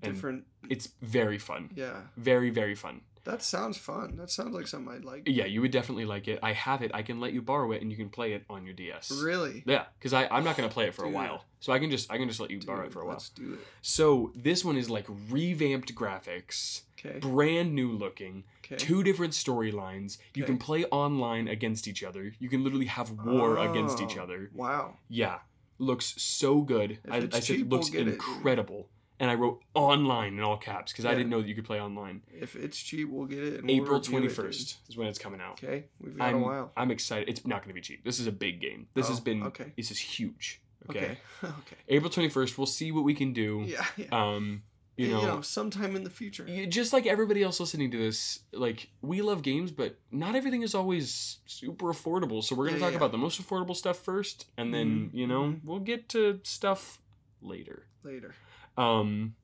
D: and-
C: Different.
D: it's very fun
C: Yeah,
D: very very fun
C: that sounds fun. That sounds like something I'd like.
D: Yeah, you would definitely like it. I have it. I can let you borrow it, and you can play it on your DS.
C: Really.
D: Yeah, because I I'm not gonna play it for a
C: Dude.
D: while, so I can just I can just let you borrow it
C: Dude,
D: for a while.
C: Let's do it.
D: So this one is like revamped graphics,
C: Okay.
D: brand new looking,
C: Okay.
D: two different storylines. You can
C: Okay.
D: play online against each other. You can literally have war against each
C: Oh,
D: other.
C: Wow.
D: Yeah, looks so good.
C: If
D: I,
C: it's
D: I said
C: cheap, we'll
D: looks
C: get it, dude.
D: incredible, and I wrote online in all caps because I
C: Yeah.
D: didn't know that you could play online.
C: If it's cheap, we'll get it. And we'll
D: April
C: review it,
D: twenty
C: dude.
D: first is when it's coming out.
C: Okay, we've got
D: I'm,
C: a while.
D: I'm excited. It's not going to be cheap. This is a big game. This has
C: Oh,
D: been
C: okay.
D: this is huge. Okay.
C: Okay. <laughs> Okay.
D: April 21st, we'll see what we can do.
C: Yeah. yeah.
D: Um you know,
C: sometime in the future.
D: you- just like everybody else listening to this, like we love games, but not everything is always super affordable. So we're gonna
C: Yeah,
D: talk
C: yeah.
D: about the most affordable stuff first, and then
C: Mhm,
D: you know
C: mhm.
D: we'll get to stuff later.
C: Later.
D: Um,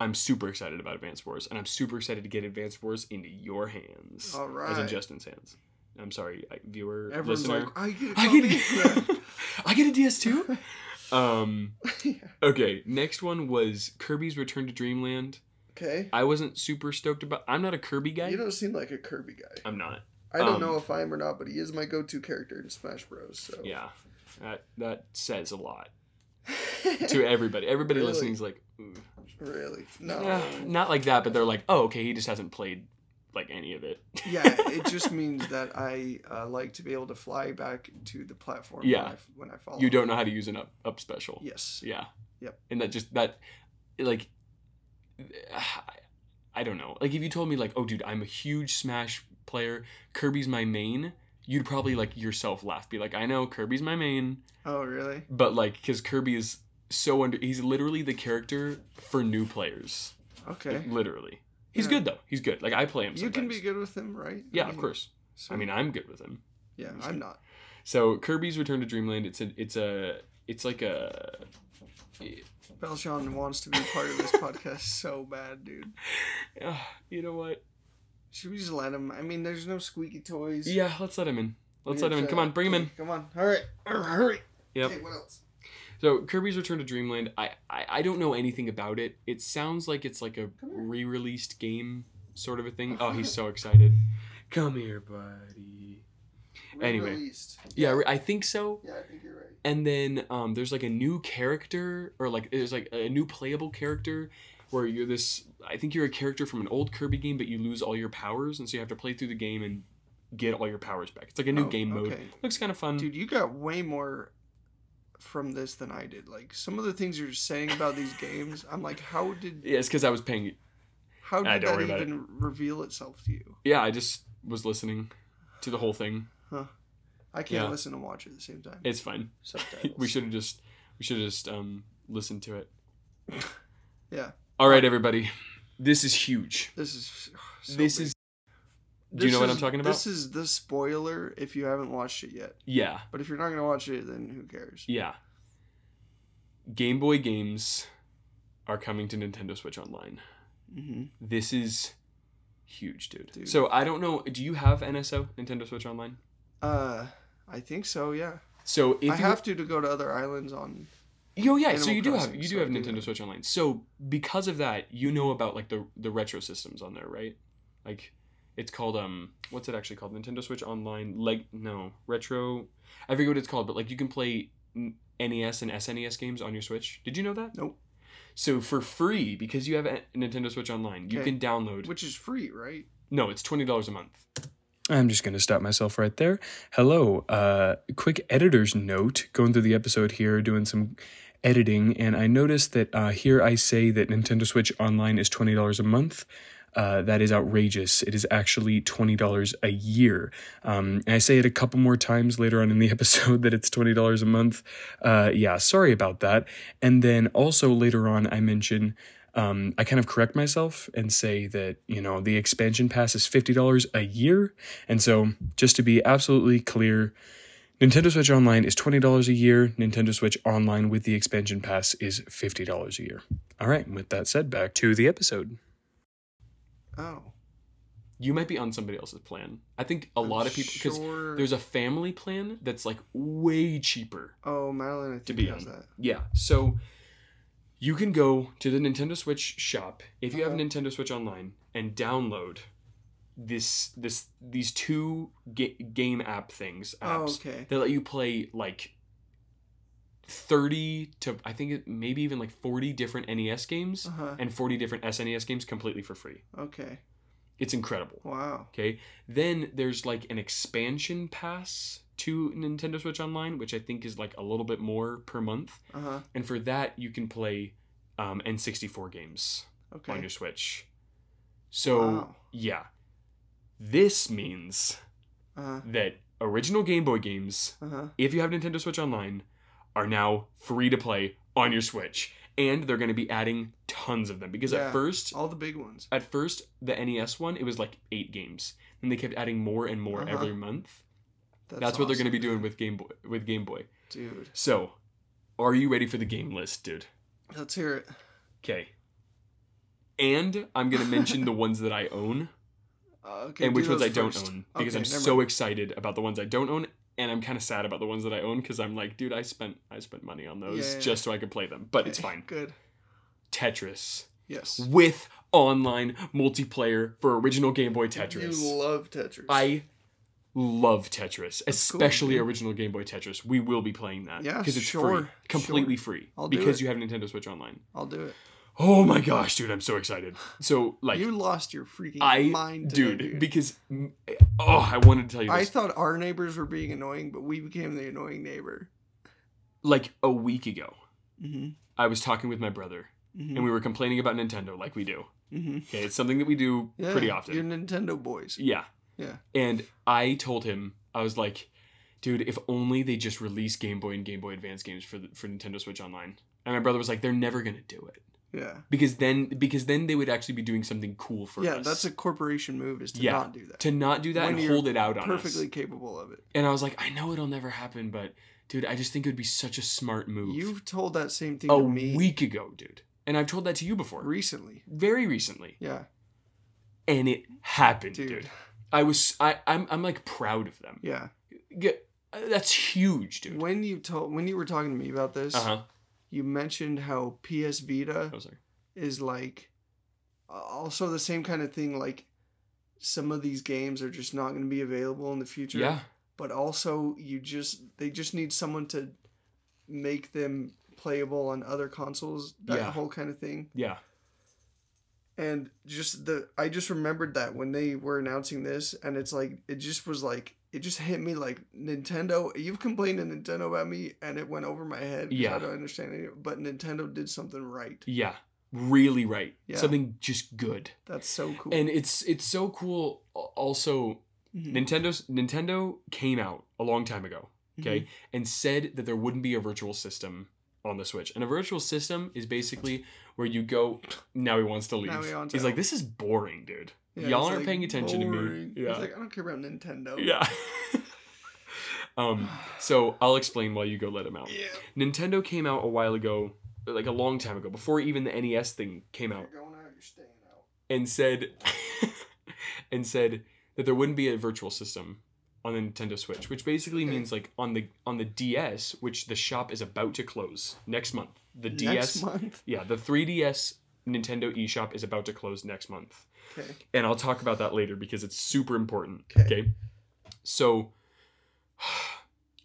D: I'm super excited about Advance Wars, and I'm super excited to get Advance Wars into your hands,
C: All
D: as in
C: right.
D: Justin's hands. I'm sorry, I- viewer,
C: Everyone's
D: listener.
C: like, "Oh, I get a
D: I get,
C: <laughs> copy?"
D: <laughs> a, I get a DS2. Um,
C: <laughs> Yeah.
D: okay, next one was Kirby's Return to Dreamland.
C: Okay.
D: I wasn't super stoked about. I'm not a Kirby guy.
C: You don't seem like a Kirby guy.
D: I'm not.
C: I don't
D: Um,
C: know if I am or not, but he is my go-to character in Smash Bros. So <laughs>
D: Yeah, that that says a lot
C: <laughs>
D: to everybody. Everybody
C: Really?
D: listening is like, "Ooh."
C: really, no,
D: Eh, not like that, but they're like, oh, okay, he just hasn't played like any of it.
C: yeah, it just means that I uh, like to be able to fly back to the platform.
D: Yeah.
C: when I, when I fall.
D: <laughs> you
C: off.
D: don't know how to use an up up special.
C: Yes.
D: Yeah.
C: Yep.
D: And that just that like I don't know. Like if you told me like, "Oh dude, I'm a huge Smash player. Kirby's my main." You'd probably like yourself laugh be like, "I know Kirby's my main."
C: Oh, really?
D: But like cuz Kirby is so under he's literally the character for new players.
C: Okay.
D: Literally. He's
C: Yeah.
D: good though. He's good. Like I play him
C: You can
D: sometimes.
C: be good with him, right?
D: Yeah, of course.
C: So,
D: I mean, I'm good with him.
C: yeah, I'm not.
D: So Kirby's Return to Dreamland, it's a it's a it's like a <sighs>
C: Belshon wants to be part of this podcast <laughs> so bad, dude.
D: Ugh, you know what?
C: Should we just let him? I mean, there's no squeaky toys.
D: Yeah, let's let him in. Let's let him in.
C: Weird,
D: Come
C: uh,
D: on, bring him in.
C: Come on. All right. All right, Hurry.
D: Yep.
C: Okay, what else?
D: So Kirby's Return to Dreamland, I, I I don't know anything about it. It sounds like it's like a
C: Come here.
D: re-released game sort of a thing. Oh, he's
C: <laughs>
D: so excited. Come here, buddy. Anyway.
C: Re-released.
D: Yeah, re- I think so.
C: Yeah, I think you're right.
D: And then um, there's like a new character, or like there's like a new playable character, where you're this. I think you're a character from an old Kirby game, but you lose all your powers, and so you have to play through the game and get all your powers back. It's like a new
C: Oh,
D: game mode.
C: okay.
D: Looks kind of fun.
C: Dude, you got way more from this than I did. Like some of the things you're saying about these games, I'm like, how did
D: Yeah, it's because I was paying.
C: how
D: Ah,
C: did
D: don't
C: that
D: worry about
C: even reveal itself to you?
D: Yeah, I just was listening to the whole thing.
C: I can't
D: Yeah.
C: listen and watch at the same time.
D: It's fine. <laughs>
C: Subtitles.
D: We should have just we should have just um listened to it.
C: <laughs> Yeah.
D: All right, everybody. This is huge.
C: This is <sighs> so
D: this
C: big.
D: is. Do you
C: This
D: know what
C: is-
D: I'm talking about?
C: This is the spoiler if you haven't watched it yet.
D: yeah,
C: But if you're not gonna watch it, then who cares?
D: yeah. Game Boy games are coming to Nintendo Switch Online.
C: Mm-hmm.
D: This is huge, dude.
C: Dude.
D: So I don't know. Do you have NSO Nintendo Switch Online?
C: Uh, I think so. Yeah.
D: So if
C: I
D: you
C: have to to go to other islands on.
D: Oh yeah,
C: Animal
D: so you do have
C: Crossing,
D: you do
C: so
D: have
C: I do
D: Nintendo
C: that.
D: Switch Online. So because of that, you know about like the the retro systems on there, right? Like it's called um what's it actually called? Nintendo Switch Online leg no retro. I forget what it's called, but like you can play N- NES and SNES games on your Switch. Did you know that?
C: Nope.
D: So for free, because you have a Nintendo Switch Online, you
C: Okay.
D: can download.
C: Which is free, right?
D: No, it's twenty dollars a month. I'm just gonna stop myself right there. Hello, uh, quick editor's note. Going through the episode here, doing some editing, and I noticed that uh, here I say that Nintendo Switch Online is twenty dollars a month. Uh, that is outrageous. It is actually twenty dollars a year. Um, and I say it a couple more times later on in the <laughs> episode that it's twenty dollars a month. Uh, yeah, sorry about that. And then also later on, I mention um, I kind of correct myself and say that you know the expansion pass is fifty dollars a year, and so just to be absolutely clear, Nintendo Switch Online is twenty dollars a year. Nintendo Switch Online with the expansion pass is fifty dollars a year. All right, with that said, back to the episode.
C: Oh.
D: You might be on somebody else's plan. I think a
C: I'm
D: lot of people because
C: sure-
D: there's a family plan that's like way cheaper.
C: Oh, Madeline, I think
D: to be
C: has
D: on.
C: that.
D: Yeah. So you can go to the Nintendo Switch shop if you have
C: Uh-huh.
D: Nintendo Switch Online and download this this these two ga- game app things apps
C: Oh, okay.
D: that let you play like 30 to I think it- maybe even like 40 different NES games
C: Uh huh.
D: and 40 different SNES games completely for free.
C: Okay.
D: It's incredible.
C: Wow.
D: Okay. Then there's like an expansion pass to Nintendo Switch Online, which I think is like a little bit more per month
C: Uh huh.
D: and for that you can play um, N64 games
C: Okay.
D: on your Switch. So
C: Wow.
D: yeah, this means
C: Uh huh.
D: that original Game Boy games,
C: Uh huh.
D: if you have Nintendo Switch Online, are now free to play on your Switch, and they're going to be adding tons of them because
C: Yeah.
D: at first
C: all the big ones.
D: at first the NES one it was like 8 games and they kept adding more and more
C: Uh-huh.
D: every month that's, what they're going to be doing with Game Boy with Game Boy
C: dude.
D: so are you ready for the game list dude
C: Let's hear it.
D: okay and I'm going to mention the ones that I own
C: Uh, <laughs> okay,
D: and
C: do
D: which ones I
C: those
D: don't
C: first.
D: own because
C: Okay,
D: I'm
C: never
D: so
C: mind.
D: excited about the ones I don't own and I'm kind of sad about the ones that I own because I'm like, dude, I spent I spent money on those
C: Yeah.
D: just so I could play them, but it's
C: Okay,
D: fine.
C: Good.
D: Tetris
C: Yes.
D: with online multiplayer for original Game Boy Tetris.
C: You love Tetris.
D: I love Tetris, especially
C: dude.
D: original Game Boy Tetris. We will be playing that
C: Yeah,
D: because it's free,
C: sure,
D: completely free
C: I'll do
D: because
C: it.
D: you have Nintendo Switch Online.
C: I'll do it.
D: Oh my gosh, dude, I'm so excited. So like
C: you lost your freaking
D: I
C: mind, today,
D: dude,
C: dude.
D: because mm, oh, I wanted to tell you this.
C: I thought our neighbors were being annoying, but we became the annoying neighbor.
D: like a week ago,
C: Mm-hmm.
D: I was talking with my brother
C: Mm-hmm.
D: and we were complaining about Nintendo like we do.
C: mm-hmm.
D: Okay, it's something that we do pretty often.
C: You're Nintendo boys.
D: Yeah.
C: Yeah.
D: And I told him I was like, dude, if only they just release Game Boy and Game Boy Advance games for the, for Nintendo Switch Online. And my brother was like, they're never gonna do it
C: Yeah.
D: because then because then they would actually be doing something cool for
C: yeah,
D: us.
C: that's a corporation move is to
D: Yeah.
C: not do that.
D: to not do that
C: When
D: and
C: you're
D: hold it out on
C: Perfectly
D: us.
C: capable of it.
D: And I was like, I know it'll never happen, but dude, I just think it would be such a smart move.
C: You've told that same thing
D: a
C: to me
D: week ago, dude. And I've told that to you before,
C: recently.
D: very recently,
C: Yeah,
D: and it happened,
C: dude.
D: dude. I was, I, I'm, I'm like proud of them.
C: Yeah.
D: Yeah, that's huge, dude.
C: When you told when you were talking to me about this,
D: Uh huh.
C: you mentioned how PS Vita
D: Oh, sorry.
C: is like uh, also the same kind of thing like some of these games are just not going to be available in the future.
D: Yeah,
C: But also you just they just need someone to make them playable on other consoles, that
D: Yeah.
C: whole kind of thing.
D: yeah,
C: and just the i just remembered that when they were announcing this and it's like it just was like it just hit me like nintendo you've complained to nintendo about me and it went over my head 'cause
D: Yeah.
C: i don't understand it but nintendo did something right
D: yeah. Really right.
C: Yeah.
D: Something just good,
C: that's so cool
D: and it's it's so cool. al- Also,
C: Mhm.
D: Nintendo's Nintendo came out a long time ago, okay, and said that there wouldn't be a virtual system on the Switch. And a virtual system is basically where you go. Now he wants to leave.
C: Now he wants
D: He's
C: out.
D: like, this is boring, dude.
C: Yeah,
D: Y'all
C: it's,
D: aren't
C: like,
D: paying attention
C: boring.
D: to me. Yeah.
C: it's like oh. i don't care about nintendo
D: Yeah. <laughs> um, so I'll explain while you go let him out.
C: yeah
D: Nintendo came out a while ago, like a long time ago, before even the NES thing came
C: you're
D: out,
C: going out you're staying out
D: and said <laughs> and said that there wouldn't be a virtual system on the Nintendo Switch, which basically
C: Okay.
D: means like on the on the DS, which the shop is about to close next month. The
C: next
D: DS
C: month
D: Yeah, the 3DS Nintendo eShop is about to close next month
C: <laughs> okay
D: and I'll talk about that later because it's super important. Okay.
C: 'Kay.
D: So <sighs>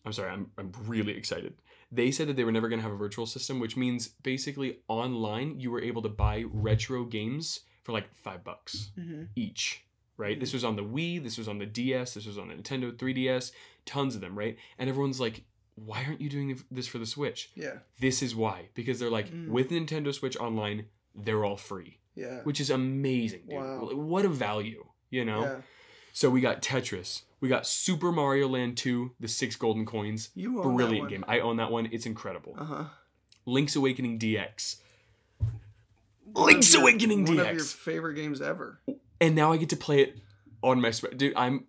D: I'm sorry, I'm I'm really excited. They said that they were never going to have a virtual system, which means basically online you were able to buy retro games for like 5 bucks
C: hmm
D: each, right? This was on the Wii, this was on the DS, this was on the Nintendo 3DS, tons of them, right? And everyone's like, "Why aren't you doing this for the Switch?"
C: yeah
D: This is why, because they're like
C: Mm.
D: with Nintendo Switch online, they're all free
C: yeah
D: which is amazing, dude.
C: Wow.
D: Like, What a value, you know?
C: yeah
D: So we got Tetris. We got Super Mario Land 2, the six golden coins.
C: you own
D: Brilliant
C: that
D: game. I own that one. It's incredible.
C: uh huh
D: Link's Awakening DX.
C: One of
D: Link's
C: your-
D: Awakening
C: one of your
D: DX.
C: favorite games ever
D: And now I get to play it on my Switch. Dude, I'm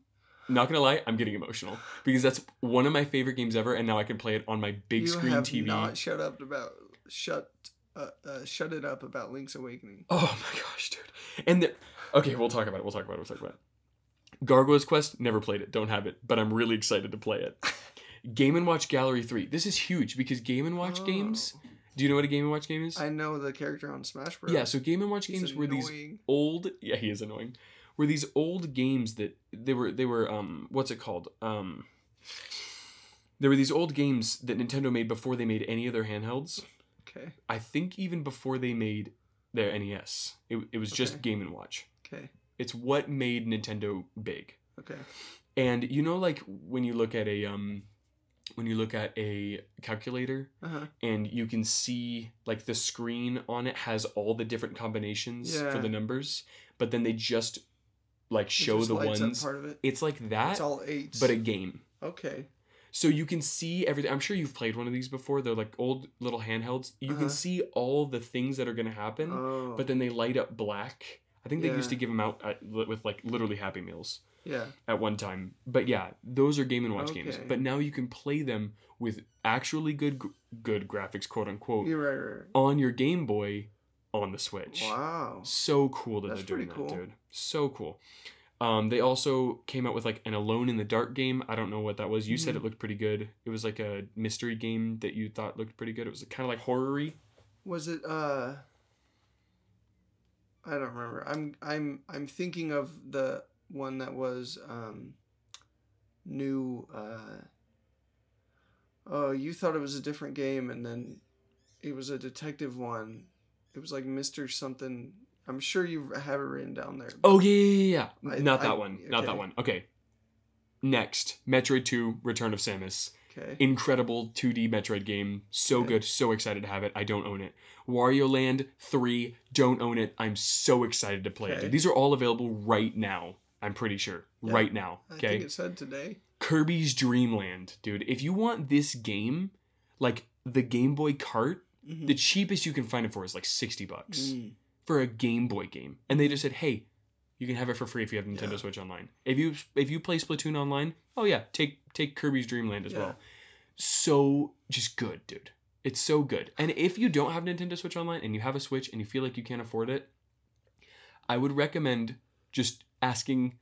D: not going to lie, I'm getting emotional because that's one of my favorite games ever. And now I can play it on my big
C: you
D: screen
C: have
D: TV.
C: Not shut up about shut uh, uh, shut it up about Link's Awakening.
D: Oh my gosh, dude. And the, okay, we'll talk about it. We'll talk about it. We'll talk about it. Gargoyle's Quest, never played it. Don't have it, but I'm really excited to play it.
C: <laughs>
D: Game and Watch Gallery 3. This is huge because Game and Watch games.
C: Oh.
D: Do you know what a Game and Watch game is?
C: I know the character on Smash Bros.
D: yeah, so Game and Watch
C: He's
D: games were these
C: annoying.
D: old Yeah, he is annoying. Were these old games that they were they were um what's it called? Um there were these old games that Nintendo made before they made any of their handhelds.
C: Okay,
D: I think even before they made their NES. It, it was just
C: Okay.
D: Game and Watch.
C: okay,
D: It's what made Nintendo big.
C: okay.
D: And you know like when you look at a um when you look at a calculator
C: Uh huh.
D: and you can see like the screen on it has all the different combinations for
C: Yeah.
D: the numbers, but then they just like show the ones
C: part of it.
D: it's like that
C: It's all eights.
D: but a game.
C: okay,
D: So you can see everything. I'm sure you've played one of these before. They're like old little handhelds. You
C: Uh-huh.
D: can see all the things that are going to happen,
C: Oh.
D: but then they light up black. I think they
C: Yeah.
D: used to give them out at, with like literally Happy Meals
C: yeah.
D: at one time. But yeah, those are Game and Watch games.
C: Okay.
D: But now you can play them with actually good gr- good graphics, quote unquote,
C: You're right, right,
D: on your Game Boy on the Switch.
C: right. Wow.
D: So cool that
C: That's
D: they're doing
C: pretty
D: that,
C: cool.
D: dude. So cool. Um, they also came out with like an Alone in the Dark game. I don't know what that was. You said
C: Mhm.
D: it looked pretty good. It was like a mystery game that you thought looked pretty good. It was kind of like horror-y.
C: Was it uh I don't remember. I'm I'm I'm thinking of the one that was um new uh Oh, you thought it was a different game and then it was a detective one. It was like Mr. something. I'm sure you have it written down there.
D: Oh yeah, yeah, yeah. yeah.
C: I-
D: Not that
C: I-
D: one. Not that
C: okay.
D: one. Okay. Next, Metroid 2: Return of Samus.
C: Okay.
D: Incredible 2D Metroid game. So
C: Okay.
D: good. So excited to have it. I don't own it. Wario Land 3. Don't own it. I'm so excited to play it.
C: Okay.
D: Dude, These are all available right now. I'm pretty sure.
C: Yeah.
D: Right now.
C: I
D: Okay.
C: think it said today.
D: Kirby's Dream Land, dude. If you want this game, like the Game Boy cart,
C: Mhm.
D: the cheapest you can find it for is like 60 bucks
C: Mm.
D: for a Game Boy game, and they just said, "Hey, you can have it for free if you have Nintendo
C: Yeah.
D: Switch Online. If you if you play Splatoon Online, oh yeah, take take Kirby's Dream Land as
C: Yeah.
D: well. So just good, dude. It's so good. And if you don't have Nintendo Switch Online and you have a Switch and you feel like you can't afford it, I would recommend just asking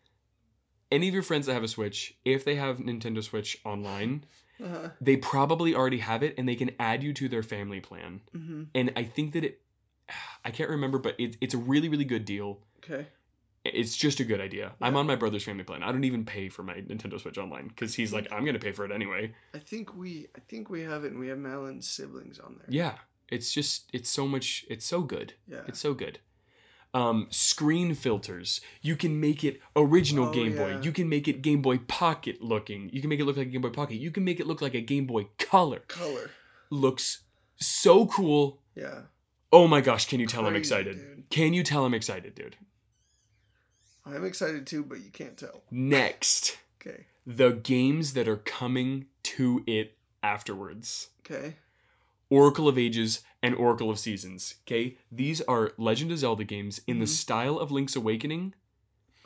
D: any of your friends that have a Switch if they have Nintendo Switch Online.
C: Uh-huh.
D: They probably already have it, and they can add you to their family plan
C: hmm
D: and I think that it, <sighs> I can't remember, but it, it's a really, really good deal.
C: Okay.
D: It's just a good idea. I'm on my brother's family plan. I don't even pay for my Nintendo Switch Online because
C: Mm-hmm.
D: he's like, I'm gonna pay for it anyway.
C: I think we I think we have it and we have Malin's siblings on there.
D: Yeah, it's just, it's so much, it's so good.
C: Yeah.
D: It's so good. Um, screen filters. You can make it original
C: Oh,
D: Game Boy.
C: yeah.
D: You can make it Game Boy Pocket looking. You can make it look like a Game Boy Pocket. You can make it look like a Game Boy Color.
C: Color.
D: Looks so cool.
C: Yeah.
D: Oh my gosh, can you tell I'm
C: Crazy,
D: excited?
C: dude.
D: Can you tell I'm excited, dude?
C: I'm excited too, but you can't tell.
D: Next,
C: Okay.
D: the games that are coming to it afterwards.
C: Okay.
D: Oracle of Ages and Oracle of Seasons. Okay? These are Legend of Zelda games in the
C: Mhm.
D: style of Link's Awakening.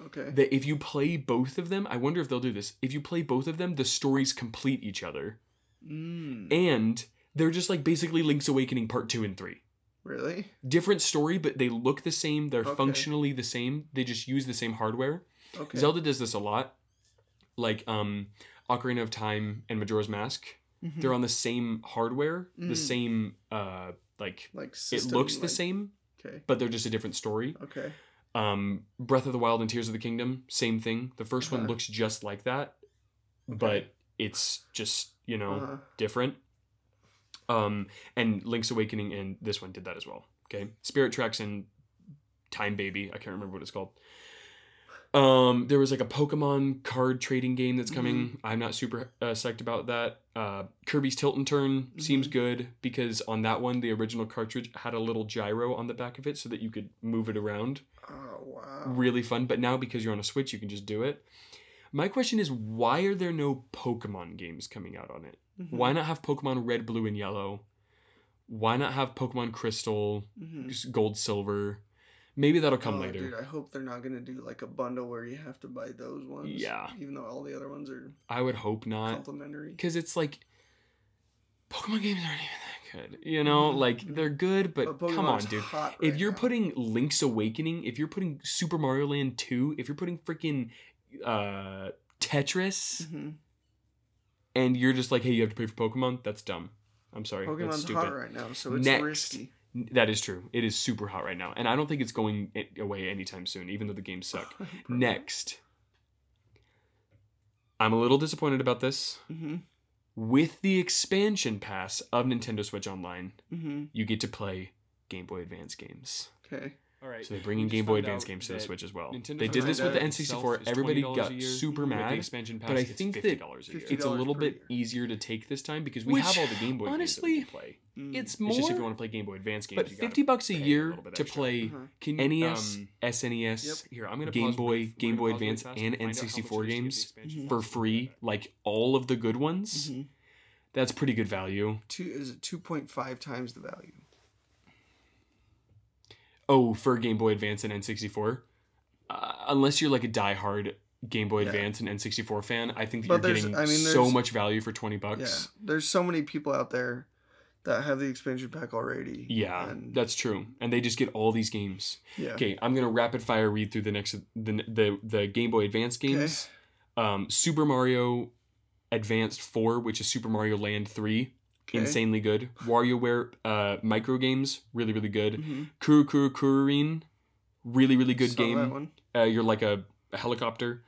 C: Okay.
D: That if you play both of them, I wonder if they'll do this. If you play both of them, the stories complete each other.
C: mm,
D: And they're just like basically Link's Awakening Part 2 and 3.
C: really?
D: Different story, but they look the same. They're
C: Okay.
D: functionally the same. They just use the same hardware.
C: Okay.
D: Zelda does this a lot. Like um Ocarina of Time and Majora's Mask,
C: Mhm.
D: they're on the same hardware, the
C: Mm.
D: same uh like
C: like
D: it
C: system,
D: looks the
C: like-
D: same,
C: Okay.
D: but they're just a different story.
C: Okay.
D: Um Breath of the Wild and Tears of the Kingdom, same thing. The 1st one
C: Uh-huh.
D: looks just like that, but it's just, you know,
C: Uh-huh.
D: different. Um and Link's Awakening and this one did that as well. Okay. Spirit Tracks and Time Baby, I can't remember what it's called. Um, there was like a Pokemon card trading game that's coming. I'm not super uh, psyched about that. Uh, Kirby's Tilt and Turn seems
C: Mhm.
D: good because on that one, the original cartridge had a little gyro on the back of it so that you could move it around.
C: Oh wow.
D: Really fun. But now because you're on a Switch, you can just do it. My question is, why are there no Pokemon games coming out on it?
C: Mhm.
D: Why not have Pokemon Red, Blue, and Yellow? Why not have Pokemon Crystal,
C: Mhm.
D: Gold, Silver? Maybe that'll come
C: Oh,
D: later.
C: Dude, I hope they're not gonna do like a bundle where you have to buy those ones.
D: Yeah.
C: Even though all the other ones are
D: I would hope not.
C: complimentary.
D: because it's like Pokemon games aren't even that good. You know,
C: Mhm,
D: like
C: mhm.
D: they're good, but,
C: Pokemon
D: come on,
C: is
D: dude.
C: hot
D: If
C: right
D: you're
C: now.
D: putting Link's Awakening, if you're putting Super Mario Land 2, if you're putting freaking uh, Tetris,
C: Mhm.
D: and you're just like, hey, you have to pay for Pokemon, that's dumb. I'm sorry. that's
C: Pokemon's
D: stupid.
C: hot right now, so it's
D: Next.
C: risky.
D: That is true. It is super hot right now. And I don't think it's going a- away anytime soon, even though the games <laughs>
B: <sighs>
D: suck. Next. I'm a little disappointed about this.
C: hmm
D: With the expansion pass of Nintendo Switch Online,
C: hmm
D: you get to play Game Boy Advance games.
C: Okay.
B: All right.
D: So they bring in
B: We just
D: Game Boy
B: found
D: Advance
B: out
D: games to the
B: that
D: Switch as well.
B: Nintendo
D: they did
B: found
D: this with
C: out
D: the
C: that
B: itself
D: N64.
B: is
D: Everybody
B: $20 a
D: got
B: year.
D: super
B: With the
D: mad.
B: expansion pass,
D: but I
B: it's
D: think that
B: $50 a year.
D: it's a little
C: per
D: bit
C: year.
D: easier to take this time because we
B: Which,
D: have all the Game Boy games that we
B: honestly,
D: can play.
B: It's
D: It's
B: more.
D: just if you want to play Game Boy Advance games,
B: but
D: you gotta
B: fifty bucks a
D: pay
B: year
D: little bit
B: to
D: extra.
B: play
D: Can you-
B: NES,
D: um,
B: SNES,
D: Here, I'm gonna
B: Game
D: pause
B: Boy,
D: really- we're
B: Game
D: gonna
B: Boy
D: pause really
B: Advance,
D: fast
B: and
D: find out how much it
B: N64
D: is to get the
B: games
D: expansion for free, like all of the good ones. That's pretty good value.
C: Two is it two point five times the value?
D: Oh, for Game Boy Advance and N64, uh, unless you're like a diehard Game Boy Advance and N64 fan, I think that
C: But
D: you're
C: there's-
D: getting
C: I mean,
D: so
C: there's-
D: much value for twenty
C: Yeah,
D: bucks.
C: there's so many people out there that have the expansion pack already.
D: Yeah,
C: and,
D: that's true. And they just get all these games.
C: yeah.
D: Okay, I'm gonna rapid fire read through the next the the, the Game Boy Advance games. Um, Super Mario Advanced Four, which is Super Mario Land Three,
C: Okay. <laughs>
D: insanely good. WarioWare uh, micro games, really really good.
C: Mhm.
D: Kuru Kuru Kururin, really really good
C: Saw
D: game.
C: That one.
D: Uh, you're like a, a helicopter.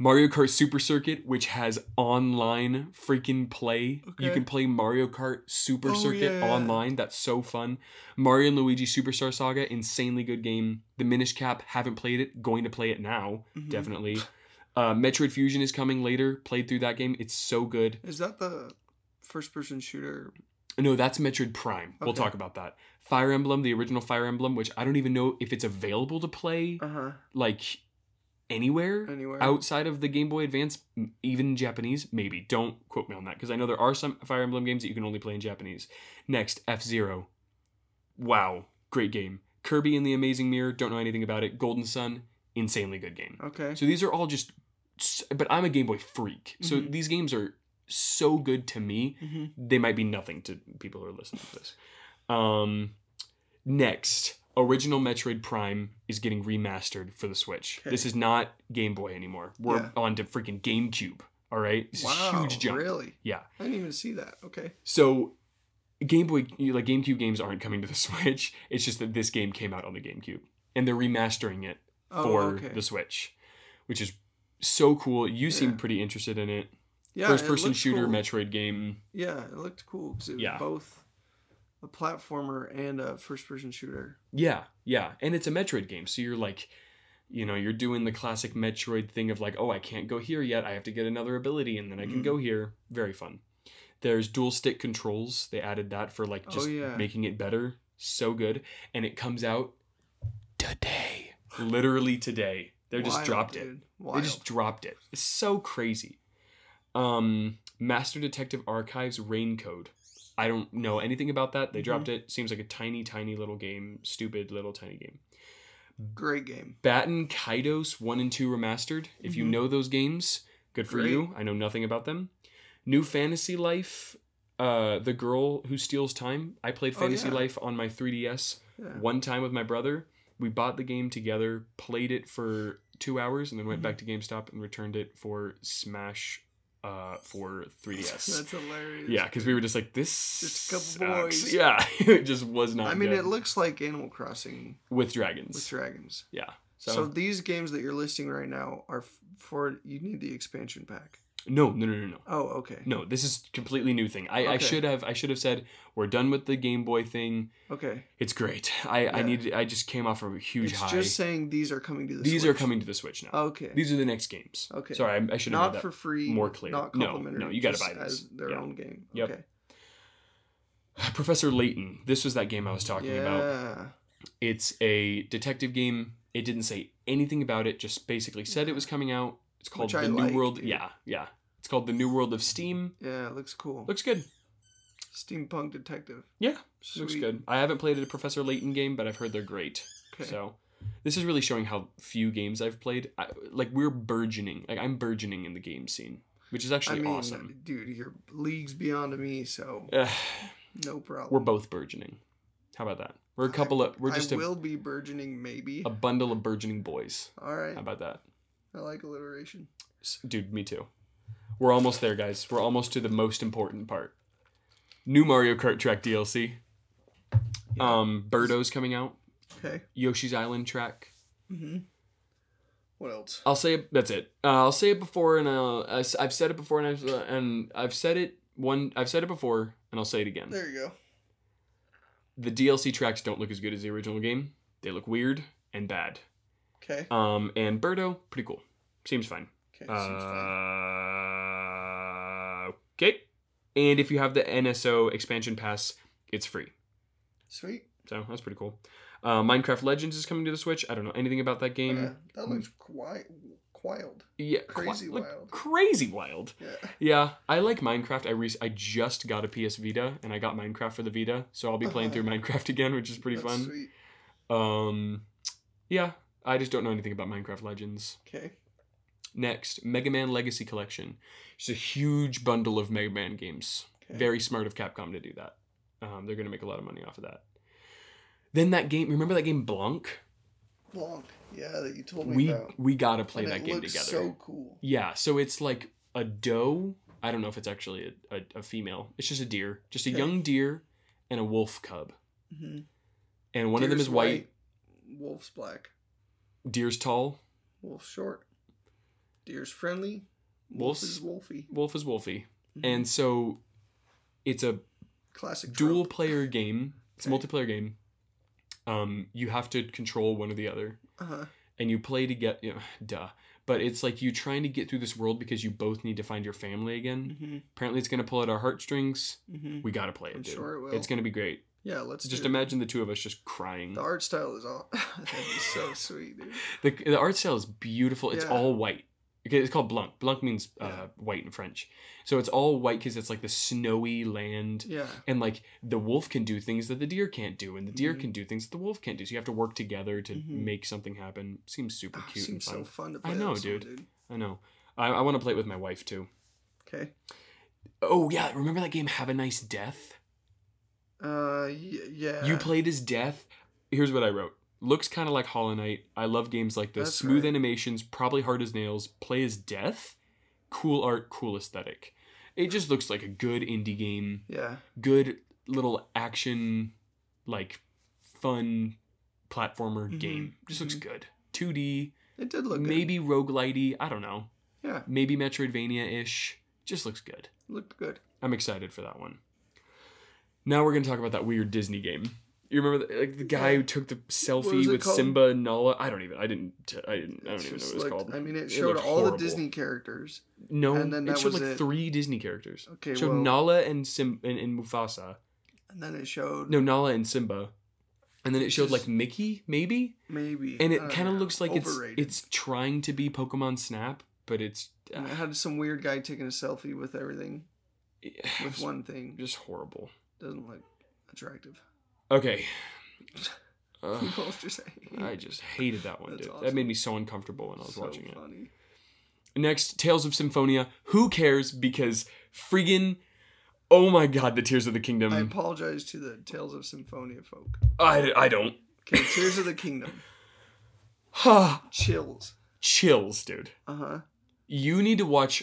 D: Mario Kart Super Circuit, which has online freaking play. You
C: Okay.
D: can play Mario Kart Super
C: Oh,
D: Circuit
C: yeah.
D: online. That's so fun. Mario and Luigi Superstar Saga, insanely good game. The Minish Cap, haven't played it. Going to play it now,
C: Mhm.
D: Mm. definitely. Uh, Metroid Fusion is coming later. Played through that game. It's so good.
C: Is that the first person shooter?
D: No, that's Metroid Prime. We'll
C: Okay.
D: talk about that. Fire Emblem, the original Fire Emblem, which I don't even know if it's available to play
C: Uh huh.
D: like anywhere
C: Anywhere.
D: outside of the Game Boy Advance, m- even Japanese, maybe. Don't quote me on that because I know there are some Fire Emblem games that you can only play in Japanese. Next, F Zero. Wow, great game. Kirby and the Amazing Mirror. Don't know anything about it. Golden Sun, insanely good game.
C: Okay.
D: So these are all just. s- But I'm a Game Boy freak, so
C: Mhm.
D: these games are so good to me
C: Mhm.
D: they might be nothing to people who are listening to this. Um, next, original Metroid Prime is getting remastered for the Switch.
C: Okay.
D: This is not Game Boy anymore. We're
C: Yeah.
D: on to freaking GameCube. All right, this is a
C: Mm-hmm. Wow,
D: huge jump.
C: Really?
D: Yeah.
C: I didn't even see that. Okay.
D: So, Game Boy, like GameCube games, aren't coming to the <laughs> Switch. It's just that this game came out on the GameCube, and they're remastering it
C: Oh,
D: for
C: okay.
D: the Switch, which is so cool. You seem
C: Yeah.
D: pretty interested in it.
C: Yeah, it
D: First person
C: looked
D: shooter
C: cool.
D: Metroid game.
C: Yeah, it looked cool because it was
D: Yeah.
C: both a platformer and a first person shooter.
D: Yeah, yeah. And it's a Metroid game. So you're like, you know, you're doing the classic Metroid thing of like, oh, I can't go here yet. I have to get another ability and then I can
C: Mhm.
D: go here. Very fun. There's dual stick controls. They added that for like
C: Oh,
D: just
C: yeah.
D: making it better. So good. And it comes out today. Literally today. They just
C: Wild,
D: dropped it.
C: dude. Wild.
D: They just dropped it. It's so crazy. Um, Master Detective Archives Rain Code. I don't know anything about that.
C: Mm-hmm.
D: They dropped it. Seems like a tiny, tiny little game. Stupid little tiny game.
C: Great game.
D: Batten Kaidos 1 and 2 Remastered. If you
C: Mhm.
D: know those games, good for
C: Great.
D: you. I know nothing about them. New Fantasy Life. Uh, the girl who steals time. I played
C: Oh,
D: Fantasy
C: yeah.
D: Life on my 3DS
C: Yeah.
D: one time with my brother. We bought the game together, played it for two hours, and then went
C: Mhm.
D: back to GameStop and returned it for Smash uh, for
C: <laughs>
D: 3DS.
C: That's hilarious.
D: yeah, because we were just like, this
C: Just a couple
D: sucks.
C: boys.
D: <laughs> Yeah, it just was not.
C: I mean,
D: good.
C: it looks like Animal Crossing
D: with dragons.
C: with dragons.
D: yeah. So,
C: So, these games that you're listing right now are f- for you need the expansion pack.
D: no, no, no, no, no.
C: Oh, okay.
D: No, this is completely new thing. I, I
C: Okay.
D: should have I should have said we're done with the Game Boy thing.
C: Okay.
D: It's great. <laughs> I I
C: Yeah.
D: needed I just came off of a huge
C: it's
D: high.
C: just saying these are coming to the
D: These are
C: Switch.
D: coming to the Switch now.
C: Okay.
D: These are the next games.
C: Okay.
D: Sorry, I, I should have made
C: not
D: that.
C: for free.
D: more clear.
C: Not
D: No,
C: complimentary.
D: no, you gotta
C: just
D: buy these.
C: as their
D: Yeah.
C: own game.
D: Yep.
C: Okay.
D: <sighs> Professor Layton. This was that game I was talking
C: Yeah.
D: about. It's a detective game. It didn't say anything about it, just basically said it was coming out. It's called
C: Which I
D: The New
C: like,
D: World.
C: dude.
D: Yeah, yeah. It's called The New World of Steam.
C: Yeah. It looks cool.
D: Looks good.
C: Steampunk detective.
D: Yeah,
C: Sweet.
D: Looks good. I haven't played a Professor Layton game, but I've heard they're great.
C: Okay.
D: So this is really showing how few games I've played. I, like we're burgeoning. Like I'm burgeoning in the game scene, which is
C: I
D: actually
C: mean,
D: awesome.
C: dude, you're leagues beyond me, so
D: Ugh,
C: no problem.
D: we're both burgeoning. How about that? We're a couple of. We're just
C: I
D: a,
C: will be burgeoning, maybe.
D: a bundle of burgeoning boys.
C: All right.
D: How about that?
C: I like alliteration.
D: S- Dude, me too. We're almost there, guys. We're almost to the most important part. New Mario Kart track DLC. Um, Birdo's coming out.
C: Okay. Mm-hmm.
D: Yoshi's Island track.
C: What else?
D: I'll say it, that's it. Uh, I'll say it before, and I'll, I, will i have said it before, and I've uh, and I've said it one. I've said it before, and I'll say it again.
C: There you go.
D: The DLC tracks don't look as good as the original game. They look weird. and bad.
C: Okay.
D: Um, and Birdo, pretty cool. Seems fine.
C: Okay.
D: Uh,
C: seems fine.
D: okay. And if you have the NSO expansion pass, it's free.
C: Sweet.
D: So that's pretty cool. Uh, Minecraft Legends is coming to the Switch. I hmm. don't know anything about that game.
C: Yeah, that looks quite wild.
D: yeah,
C: Uh, crazy
D: like,
C: wild.
D: crazy wild.
C: Yeah.
D: Yeah, I like Minecraft. I re- I just got a PS Vita and I got Minecraft for the Vita, so I'll be
C: <laughs>
D: playing
C: Uh-huh.
D: through Minecraft again, which is <laughs> pretty
C: That's
D: fun.
C: Sweet.
D: Um, yeah, I just don't know anything about Minecraft Legends.
C: Okay.
D: Next, Mega Man Legacy Collection. It's a huge bundle of Mega Man games.
C: okay.
D: Very smart of Capcom to do that. Um, they're gonna make a lot of money off of that. Then that game, remember that game Blanc?
C: Blanc. Yeah, that you told me
D: We
C: about.
D: we gotta play
C: Oh And
D: that
C: it
D: game
C: looks
D: together.
C: So cool.
D: Yeah, so it's like a doe. I don't know if it's actually a, a, a female. It's just a deer, just a
C: Okay.
D: young deer and a wolf cub.
C: hmm
D: And one of them is white.
C: Wolf's black.
D: Deer's tall.
C: Wolf's short. Deer's friendly. Wolf
D: Wolf's-
C: is wolfy.
D: Wolf is wolfy.
C: Mhm.
D: And so it's a
C: Classic
D: dual
C: trope.
D: player game. It's a
C: Okay.
D: multiplayer game. Um, you have to control one or the other,
C: Uh-huh.
D: and you play to get you know, <sighs> duh. But it's like you trying to get through this world because you both need to find your family again.
C: hmm
D: Apparently, it's gonna pull at our heartstrings.
C: hmm
D: We gotta play it.
C: I'm
D: dude.
C: sure it will.
D: It's gonna be great.
C: Yeah, let's
D: mm-hmm. just
C: do it.
D: imagine the two of us just crying.
C: The art style is all. <laughs> That'd be
D: <laughs>
C: so sweet, dude.
D: The, the art style is beautiful. It's
C: Yeah.
D: all white. Okay, it's called blanc. Blanc means uh,
C: Yeah.
D: white in French. So it's all white because it's like the snowy land.
C: Yeah.
D: And like the wolf can do things that the deer can't do, and the deer
C: Mhm.
D: can do things that the wolf can't do. So you have to work together to
C: Mhm.
D: make something happen. Seems super
C: Oh,
D: cute
C: seems so
D: and fun.
C: fun to
D: I
C: play.
D: know,
C: that song,
D: dude. I know. I, I want to play it with my wife too.
C: Okay.
D: Oh yeah, remember that game Have a Nice Death?
C: Uh, y- yeah.
D: You played as Death. Here's what I wrote. Looks kind of like Hollow Knight. I love games like this.
C: That's
D: Smooth
C: right.
D: animations, probably hard as nails. Play as Death. Cool art, cool aesthetic. It just looks like a good indie game.
C: Yeah.
D: Good little action, like fun platformer
C: Mhm,
D: game. Just looks good. 2D,
C: It did look good.
D: maybe roguelite I don't know.
C: Yeah,
D: Maybe Metroidvania ish. Just looks good.
C: looked good.
D: I'm excited for that one. Now we're gonna talk about that weird Disney game. You remember the, like the guy who took the selfie
C: was it
D: with
C: called?
D: Simba and Nala? I don't even. I didn't. T- I didn't. I don't
C: It
D: even know
C: just
D: what it was
C: looked-
D: called.
C: I mean, it,
D: It
C: showed
D: looked
C: all
D: horrible.
C: the Disney characters.
D: No,
C: and then that
D: it showed
C: was
D: like
C: it.
D: three Disney characters.
C: Okay,
D: showed
C: well,
D: Nala and Sim and, and Mufasa.
C: and then it showed
D: No, Nala and Simba. And then it showed
C: Just-
D: like Mickey, maybe.
C: maybe,
D: And
C: I
D: it
C: don't
D: kind of
C: know,
D: looks like
C: overrated.
D: it's it's trying to be Pokemon Snap, but it's <sighs>
C: And it had some weird guy taking a selfie with everything with
D: it's
C: one thing.
D: just horrible.
C: Doesn't look attractive. <laughs>
D: Okay. Ugh.
C: People just hate
D: I
C: it.
D: just hated that one,
C: That's
D: dude. That
C: awesome.
D: made me so uncomfortable when I was
C: so
D: watching it.
C: funny.
D: Next, Tales of Symphonia. Who cares? Because friggin' oh my god, the Tears of the
C: I
D: Kingdom.
C: apologize to the Tales of Symphonia folk.
D: I, I, don't.
C: Okay, Tears of the
D: <laughs>
C: Kingdom.
D: Ha!
C: Chills.
D: Chills, dude.
C: Uh huh.
D: You need to watch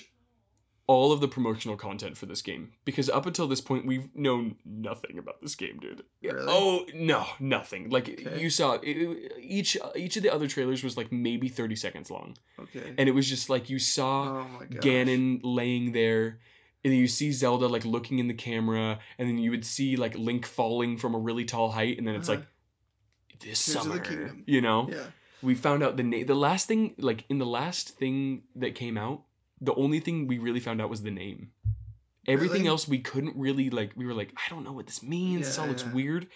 D: all of the promotional content for this game because up until this point we've known nothing about this game, dude.
C: Really?
D: Oh no, nothing. Like
C: Okay.
D: you saw it, each each of the other trailers was like maybe 30 seconds long.
C: Okay.
D: And it was just like you saw
C: oh my god.
D: Ganon laying there, and then you see Zelda like looking in the camera, and then you would see like Link falling from a really tall height, and then it's
C: Uh-huh.
D: like this
C: Tears of the
D: summer,
C: Kingdom.
D: you know.
C: Yeah.
D: We found out the name. The last thing, like in the last thing that came out, the only thing we really found out was the name. Everything
C: Really?
D: else we couldn't really like. We were like, I don't know what this means. this all looks
C: Yeah.
D: weird.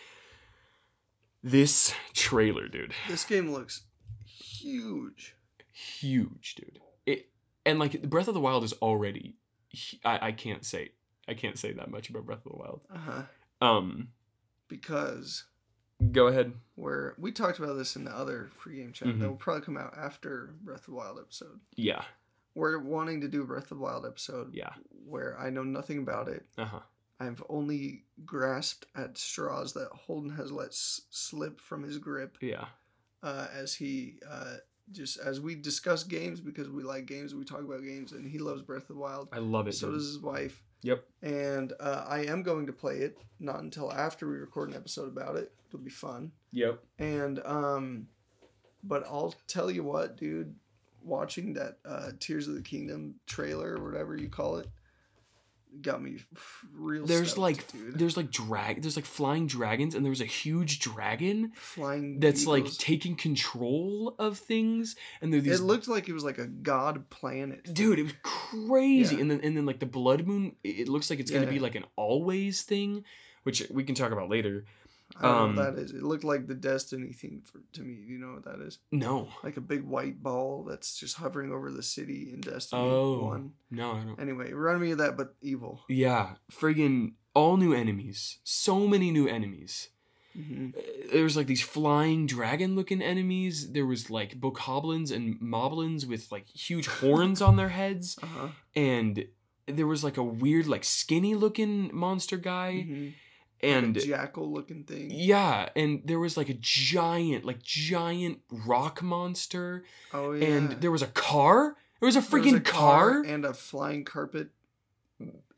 D: This trailer, dude
C: This game looks huge.
D: huge, dude. It and like Breath of the Wild is already. hu- I, I can't say I can't say that much about Breath of the Wild.
C: Uh huh.
D: Um,
C: Because
D: go ahead.
C: where we talked about this in the other free game chat
D: Mhm.
C: that will probably come out after Breath of the Wild episode.
D: Yeah,
C: We're wanting to do a Breath of the Wild episode
D: yeah.
C: where I know nothing about it.
D: Uh huh.
C: I've only grasped at straws that Holden has let s- slip from his grip
D: Yeah,
C: uh, as he uh, just as we discuss games because we like games, we talk about games, and he loves Breath of the Wild.
D: I love it.
C: So
D: dude.
C: does his wife.
D: Yep.
C: And uh, I am going to play it, not until after we record an episode about it. It'll be fun.
D: Yep.
C: And um but I'll tell you what, dude, watching that uh Tears of the Kingdom trailer or whatever you call it got me f- real.
D: There's
C: stoked,
D: like
C: dude.
D: there's like drag there's like flying dragons and there was a huge dragon
C: flying.
D: that's like
C: beetles.
D: taking control of things and there are
C: it
D: these
C: looked like it was like a god planet.
D: dude it was crazy
C: Yeah.
D: and then and then like the blood moon it it looks like it's
C: Yeah.
D: gonna be like an always thing which we can talk about later
C: I don't know
D: um,
C: what that is. It looked like the destiny thing for, to me. You know what that is?
D: no
C: Like a big white ball that's just hovering over the city in Destiny
D: Oh.
C: One.
D: no i don't
C: Anyway, remind me of that, but evil.
D: yeah friggin all new enemies so many new enemies Uh,
C: Mhm.
D: there was like these flying dragon looking enemies. There was like bokoblins and moblins with like huge horns on their heads,
C: Uh-huh.
D: and there was like a weird like skinny looking monster guy,
C: Mhm.
D: and
C: a jackal looking thing.
D: yeah, and there was like a giant like giant rock monster,
C: oh yeah.
D: and there was a car. There was a
C: There was
D: freaking
C: a
D: car,
C: and a flying carpet.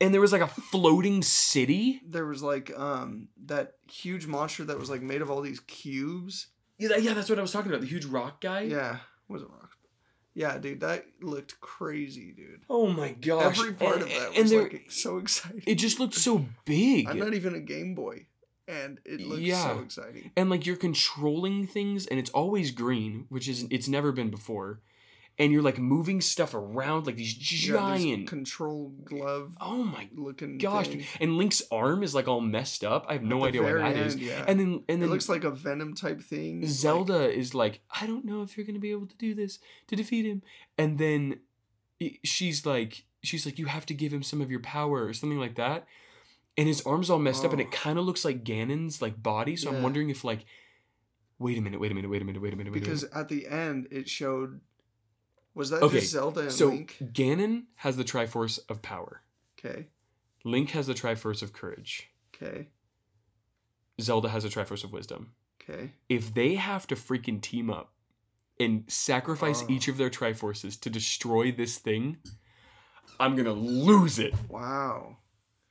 D: and there was like a floating city.
C: There was like um that huge monster that was like made of all these cubes.
D: Yeah, that- yeah, that's what I was talking about. The huge rock guy.
C: Yeah, was it rock? Yeah, dude, that looked crazy, dude.
D: Oh my gosh!
C: Every part
D: And-
C: of that was
D: and there-
C: like so exciting.
D: it just looked so big.
C: I'm not even a Game Boy, and it looks so
D: Yeah.
C: exciting.
D: and like you're controlling things and it's always green which is it's never been before and you're like moving stuff around like these
C: Yeah, this
D: giant
C: control glove
D: oh my
C: looking.
D: gosh
C: thing
D: dude. and link's arm is like all messed up i have no
C: at the
D: idea why
C: very
D: that is
C: end, Yeah.
D: and then
C: it
D: and then
C: looks like a Venom type thing. like-
D: zelda is like i don't know if you're gonna be able to do this to defeat him and then i- she's like she's like you have to give him some of your power or something like that and his arm's all messed up and
C: Oh.
D: it kind of looks like ganon's like body so
C: Yeah.
D: i'm wondering if like wait a minute wait a minute wait a minute wait a minute wait a minute
C: because at the end it showed. Was that
D: Okay,
C: just Zelda and
D: so
C: Link?
D: Ganon has the Triforce of power.
C: Okay.
D: Link has the Triforce of courage.
C: Okay.
D: Zelda has the Triforce of wisdom.
C: Okay.
D: If they have to freaking team up and sacrifice
C: Oh.
D: each of their Triforces to destroy this thing, I'm gonna lose it.
C: Wow.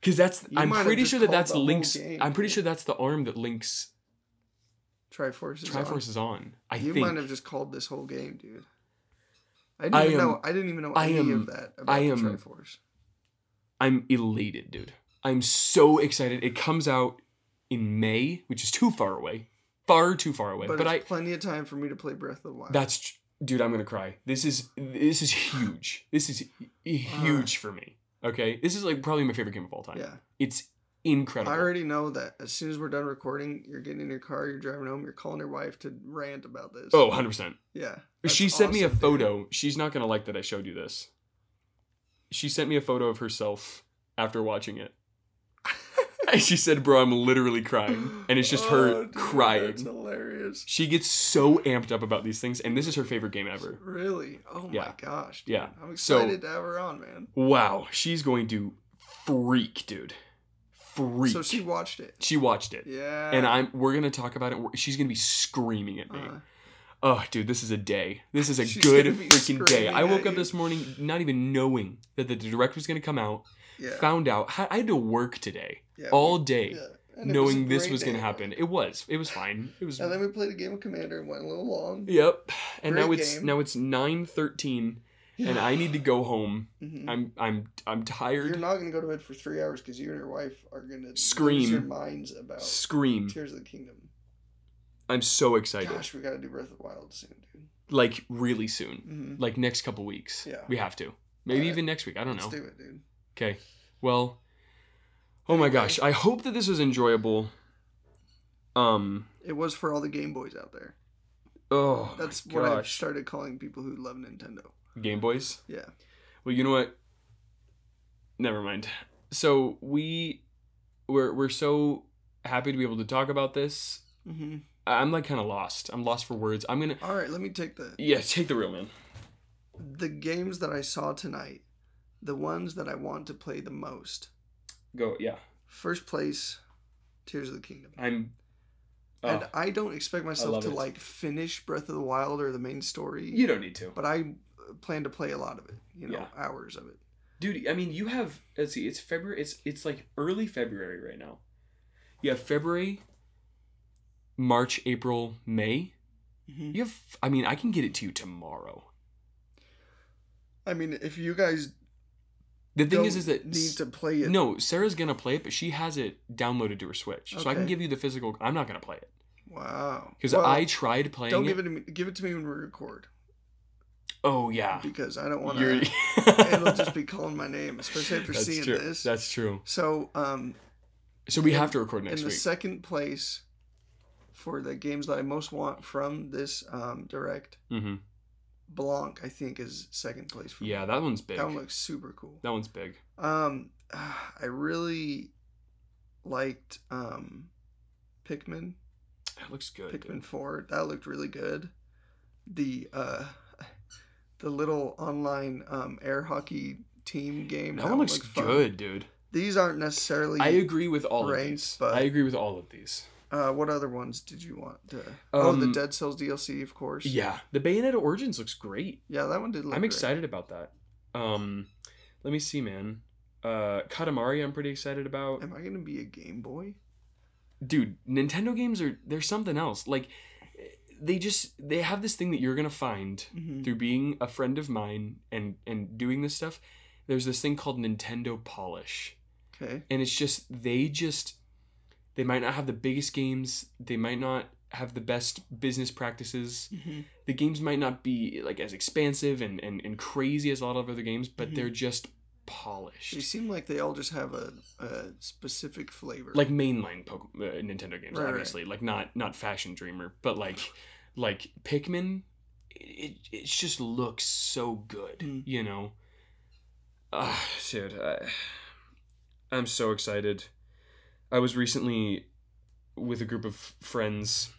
D: Cause that's
C: You
D: I'm
C: might have
D: pretty
C: just
D: sure that
C: called
D: that's
C: the whole
D: Link's.
C: game.
D: I'm pretty sure that's the arm that Link's
C: Triforce. Is
D: Triforce is on. I
C: On. You
D: think.
C: might have just called this whole game, dude. I didn't
D: I
C: even
D: am-
C: know. I didn't even know
D: I
C: any
D: am-
C: of that about
D: I
C: the
D: am-
C: Triforce.
D: I'm elated, dude. I'm so excited. It comes out in May, which is too far away. Far too far away.
C: But,
D: but
C: it's
D: I
C: plenty of time for me to play Breath of the Wild.
D: That's tr- dude, I'm gonna cry. This is this is huge. This is hu- huge for me. Okay, this is like probably my favorite game of all time.
C: yeah.
D: It's
C: I
D: incredible.
C: already know that as soon as we're done recording, you're getting in your car, you're driving home, you're calling your wife to rant about this.
D: oh, 100 percent.
C: yeah.
D: She
C: That's
D: sent me a
C: awesome, dude.
D: photo. She's not gonna like that I showed you this. She sent me a photo of herself after
C: <laughs>
D: watching it. And she said, "Bro, I'm literally crying," and it's just
C: <laughs> Oh,
D: her
C: dude, That's
D: crying.
C: hilarious.
D: She gets so amped up about these things, and this is her favorite game ever.
C: Really? Oh my
D: Yeah.
C: gosh.
D: Yeah.
C: I'm
D: So-
C: excited to have her on, man.
D: Wow, she's going to freak, dude. Freak.
C: So she watched it.
D: She watched it.
C: Yeah.
D: And I'm we're gonna talk about it. We're- She's gonna be screaming at me.
C: Uh,
D: oh, dude, this is a day. This is a
C: She's
D: good
C: gonna be
D: freaking day.
C: screaming
D: I
C: at
D: woke up
C: you.
D: this morning not even knowing that the direct was gonna come out.
C: yeah.
D: Found out I I had to work today
C: yeah,
D: all day,
C: yeah. And it was a
D: knowing this
C: great
D: was
C: day.
D: gonna happen. It was. It was fine. It was.
C: And then we played a game of Commander and went a little long.
D: Yep. And now
C: Great
D: it's
C: game.
D: now it's nine thirteen, and I need to
C: <laughs>
D: go home.
C: Mhm.
D: I'm I'm I'm
C: You're
D: tired.
C: not gonna go to bed for three hours because you and your wife are gonna
D: Scream.
C: lose your minds about
D: Scream!
C: Tears of the Kingdom.
D: I'm so excited.
C: Gosh, we gotta do Breath of the Wild soon, dude.
D: Like really soon.
C: Mm-hmm.
D: Like next couple weeks.
C: Yeah.
D: We have to. Maybe
C: Alright.
D: even next week. I don't know.
C: Let's do it, dude.
D: Okay. Well, oh my gosh. I hope that this was enjoyable. Um.
C: It was for all the Game Boys out there.
D: Oh,
C: That's
D: my
C: what I've
D: gosh.
C: started calling people who love Nintendo.
D: Game Boys.
C: Yeah.
D: Well, you know what? Never mind. So we, we're we're so happy to be able to talk about this.
C: Mm-hmm.
D: I- I'm like kind of lost. I'm lost for words. I'm gonna.
C: All right, let me take the
D: Yeah, take the real man.
C: the games that I saw tonight. The ones that I want to play the most.
D: Go. Yeah.
C: First place, Tears of the Kingdom.
D: I'm. Oh,
C: and I don't expect myself
D: love
C: to
D: it.
C: like finish Breath of the Wild or the main story.
D: you don't need to,
C: But I uh, plan to play a lot of it. You know,
D: Yeah.
C: hours of it.
D: dude. I mean, you have. Let's see. It's February. It's it's like early February right now. You have February, March, April, May.
C: Mhm.
D: You have. I mean, I can get it to you tomorrow.
C: I mean, if you guys
D: The thing
C: don't
D: is, is that
C: need to play it.
D: no, Sarah's gonna play it, but she has it downloaded to her Switch, so I can
C: Okay.
D: give you the physical. I'm not gonna play it
C: Wow.
D: because
C: Well,
D: I tried playing.
C: don't
D: it.
C: give it to me. Give it to me when we record
D: Oh yeah,
C: because I don't want
D: You're- <laughs>
C: to. <laughs> it'll just be calling my name, especially after
D: That's
C: seeing
D: true.
C: this.
D: That's true.
C: so, um,
D: So we have to record
C: in
D: next
C: the
D: week.
C: second place for the games that I most want from this um, direct,
D: hmm
C: Blanc I think is second place for me.
D: Yeah, that one's big.
C: That one looks super cool.
D: That one's big.
C: Um, <sighs> I really liked um, Pikmin.
D: That looks good. dude.
C: Pikmin Four. That looked really good. The uh, <sighs> the little online um, air hockey team game.
D: That one looks
C: looked fun.
D: good, dude.
C: These aren't necessarily.
D: I agree with all of
C: ranked,
D: these.
C: but-
D: I agree with all of these.
C: uh, what other ones did you want? To... oh, the
D: Um,
C: Dead Cells DLC, of course.
D: Yeah, the Bayonetta Origins looks great.
C: yeah, that one did. look
D: I'm
C: great.
D: excited about that. Um, let me see, man. Uh, Katamari, I'm pretty excited about.
C: Am I gonna be a Game Boy?
D: Dude, Nintendo games are they're something else. Like, they just they have this thing that you're gonna find
C: Mhm.
D: through being a friend of mine and and doing this stuff. There's this thing called Nintendo Polish.
C: Okay.
D: and it's just they just they might not have the biggest games they might not have the best business practices
C: Mhm.
D: the games might not be like as expansive and and, and crazy as a lot of other games but
C: Mhm.
D: they're just
C: They
D: polished
C: seem like they all just have a, a specific flavor.
D: like mainline Poke- uh, nintendo games
C: Right, right.
D: obviously like not not fashion dreamer but like like pikmin it, it, it just looks so good
C: Mm.
D: you know Hmm. Ah, dude I, i'm so excited i was recently with a group of friends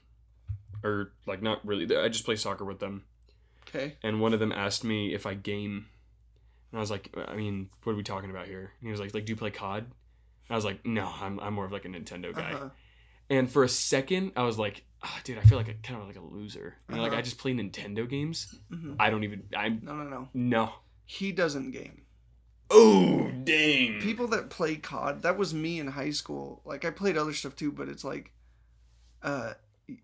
D: or like not really i just play soccer with them
C: okay.
D: and one of them asked me if i game and i was like "Uh, i mean what are we talking about here and he was like like do you play cod and i was like no i'm, I'm more of like a nintendo guy
C: Uh-huh.
D: and for a second, I was like, "Ah, dude, I feel like a, kind of like a loser. You know, like
C: Uh-huh.
D: I just play Nintendo games.
C: Mhm.
D: I don't even. I'm
C: No, no, no.
D: no.
C: He doesn't game.
D: Oh dang!
C: people that play COD, that was me in high school. Like I played other stuff too, but it's like uh <sighs>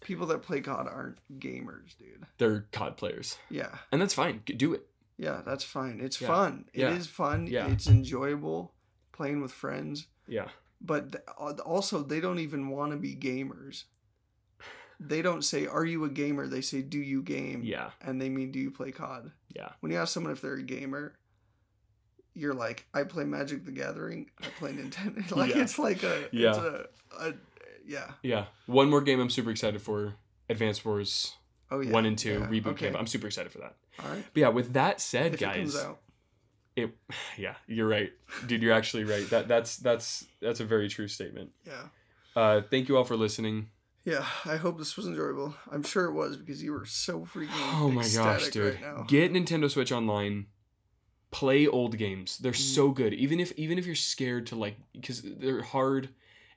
C: people that play COD aren't gamers, dude.
D: they're COD players,
C: Yeah.
D: and that's fine. G- Do it.
C: Yeah, that's fine. It's
D: Yeah.
C: fun. It is
D: Yeah.
C: fun.
D: Yeah.
C: It's enjoyable playing with friends,
D: Yeah.
C: but th- also they don't even want to be gamers. They don't say are you a gamer? They say do you game?
D: Yeah.
C: And they mean do you play COD?
D: Yeah.
C: when you ask someone if they're a gamer, you're like, I play Magic the Gathering, I play Nintendo. <laughs> like
D: Yeah.
C: it's like a yeah. It's
D: Yeah.
C: a, a yeah.
D: Yeah. One more game I'm super excited for: Advance Wars
C: Oh yeah.
D: One and Two
C: yeah,
D: Reboot
C: okay.
D: Camp. I'm super excited for that.
C: All right.
D: But yeah, with that
C: If
D: said,
C: it
D: guys,
C: comes out.
D: it yeah, you're right, dude. You're actually right. That that's that's that's a very true statement.
C: Yeah.
D: Uh, thank you all for listening.
C: Yeah. I hope this was enjoyable. I'm sure it was because you were so freaking
D: Oh my gosh,
C: ecstatic
D: dude.
C: right now.
D: Get Nintendo Switch online. Play old games. They're
C: Mm.
D: so good. Even if even if you're scared to like cuz they're hard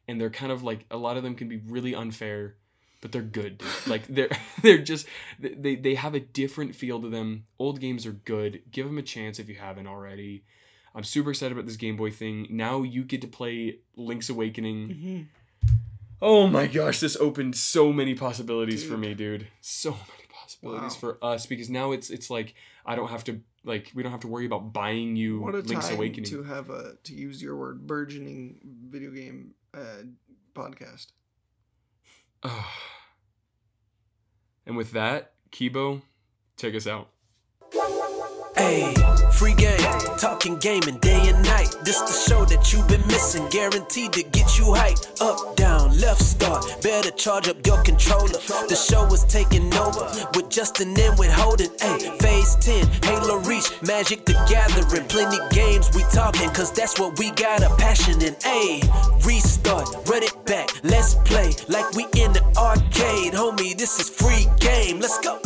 D: and they're kind of like a lot of them can be really unfair, but they're good.
C: <laughs>
D: Dude. Like they're <laughs> they're just they they have a different feel to them. Old games are good. Give them a chance if you haven't already. I'm super excited about this Game Boy thing. Now you get to play Link's Awakening.
C: Mhm.
D: Oh my gosh, this opened so many possibilities for
C: Dude.
D: me, dude. So many possibilities
C: Wow.
D: for us because now it's it's like I don't have to like we don't have to worry about buying you
C: What a
D: Link's
C: time
D: Awakening.
C: to have a to use your word burgeoning video game uh, podcast.
D: Ah. <sighs> and with that, Kibo, take us out.
A: Hey, free game, talking gaming day and night. This the show that you've been missing, guaranteed to get you hyped. Up, down, left, start. Better charge up your controller. The show is taking over with Justin and with Holden. Hey, Phase 10, Halo Reach, Magic the Gathering. Plenty games we talking, cause that's what we got a passion in. Hey, restart, run it back. Let's play like we in the arcade. Homie, this is free game. Let's go.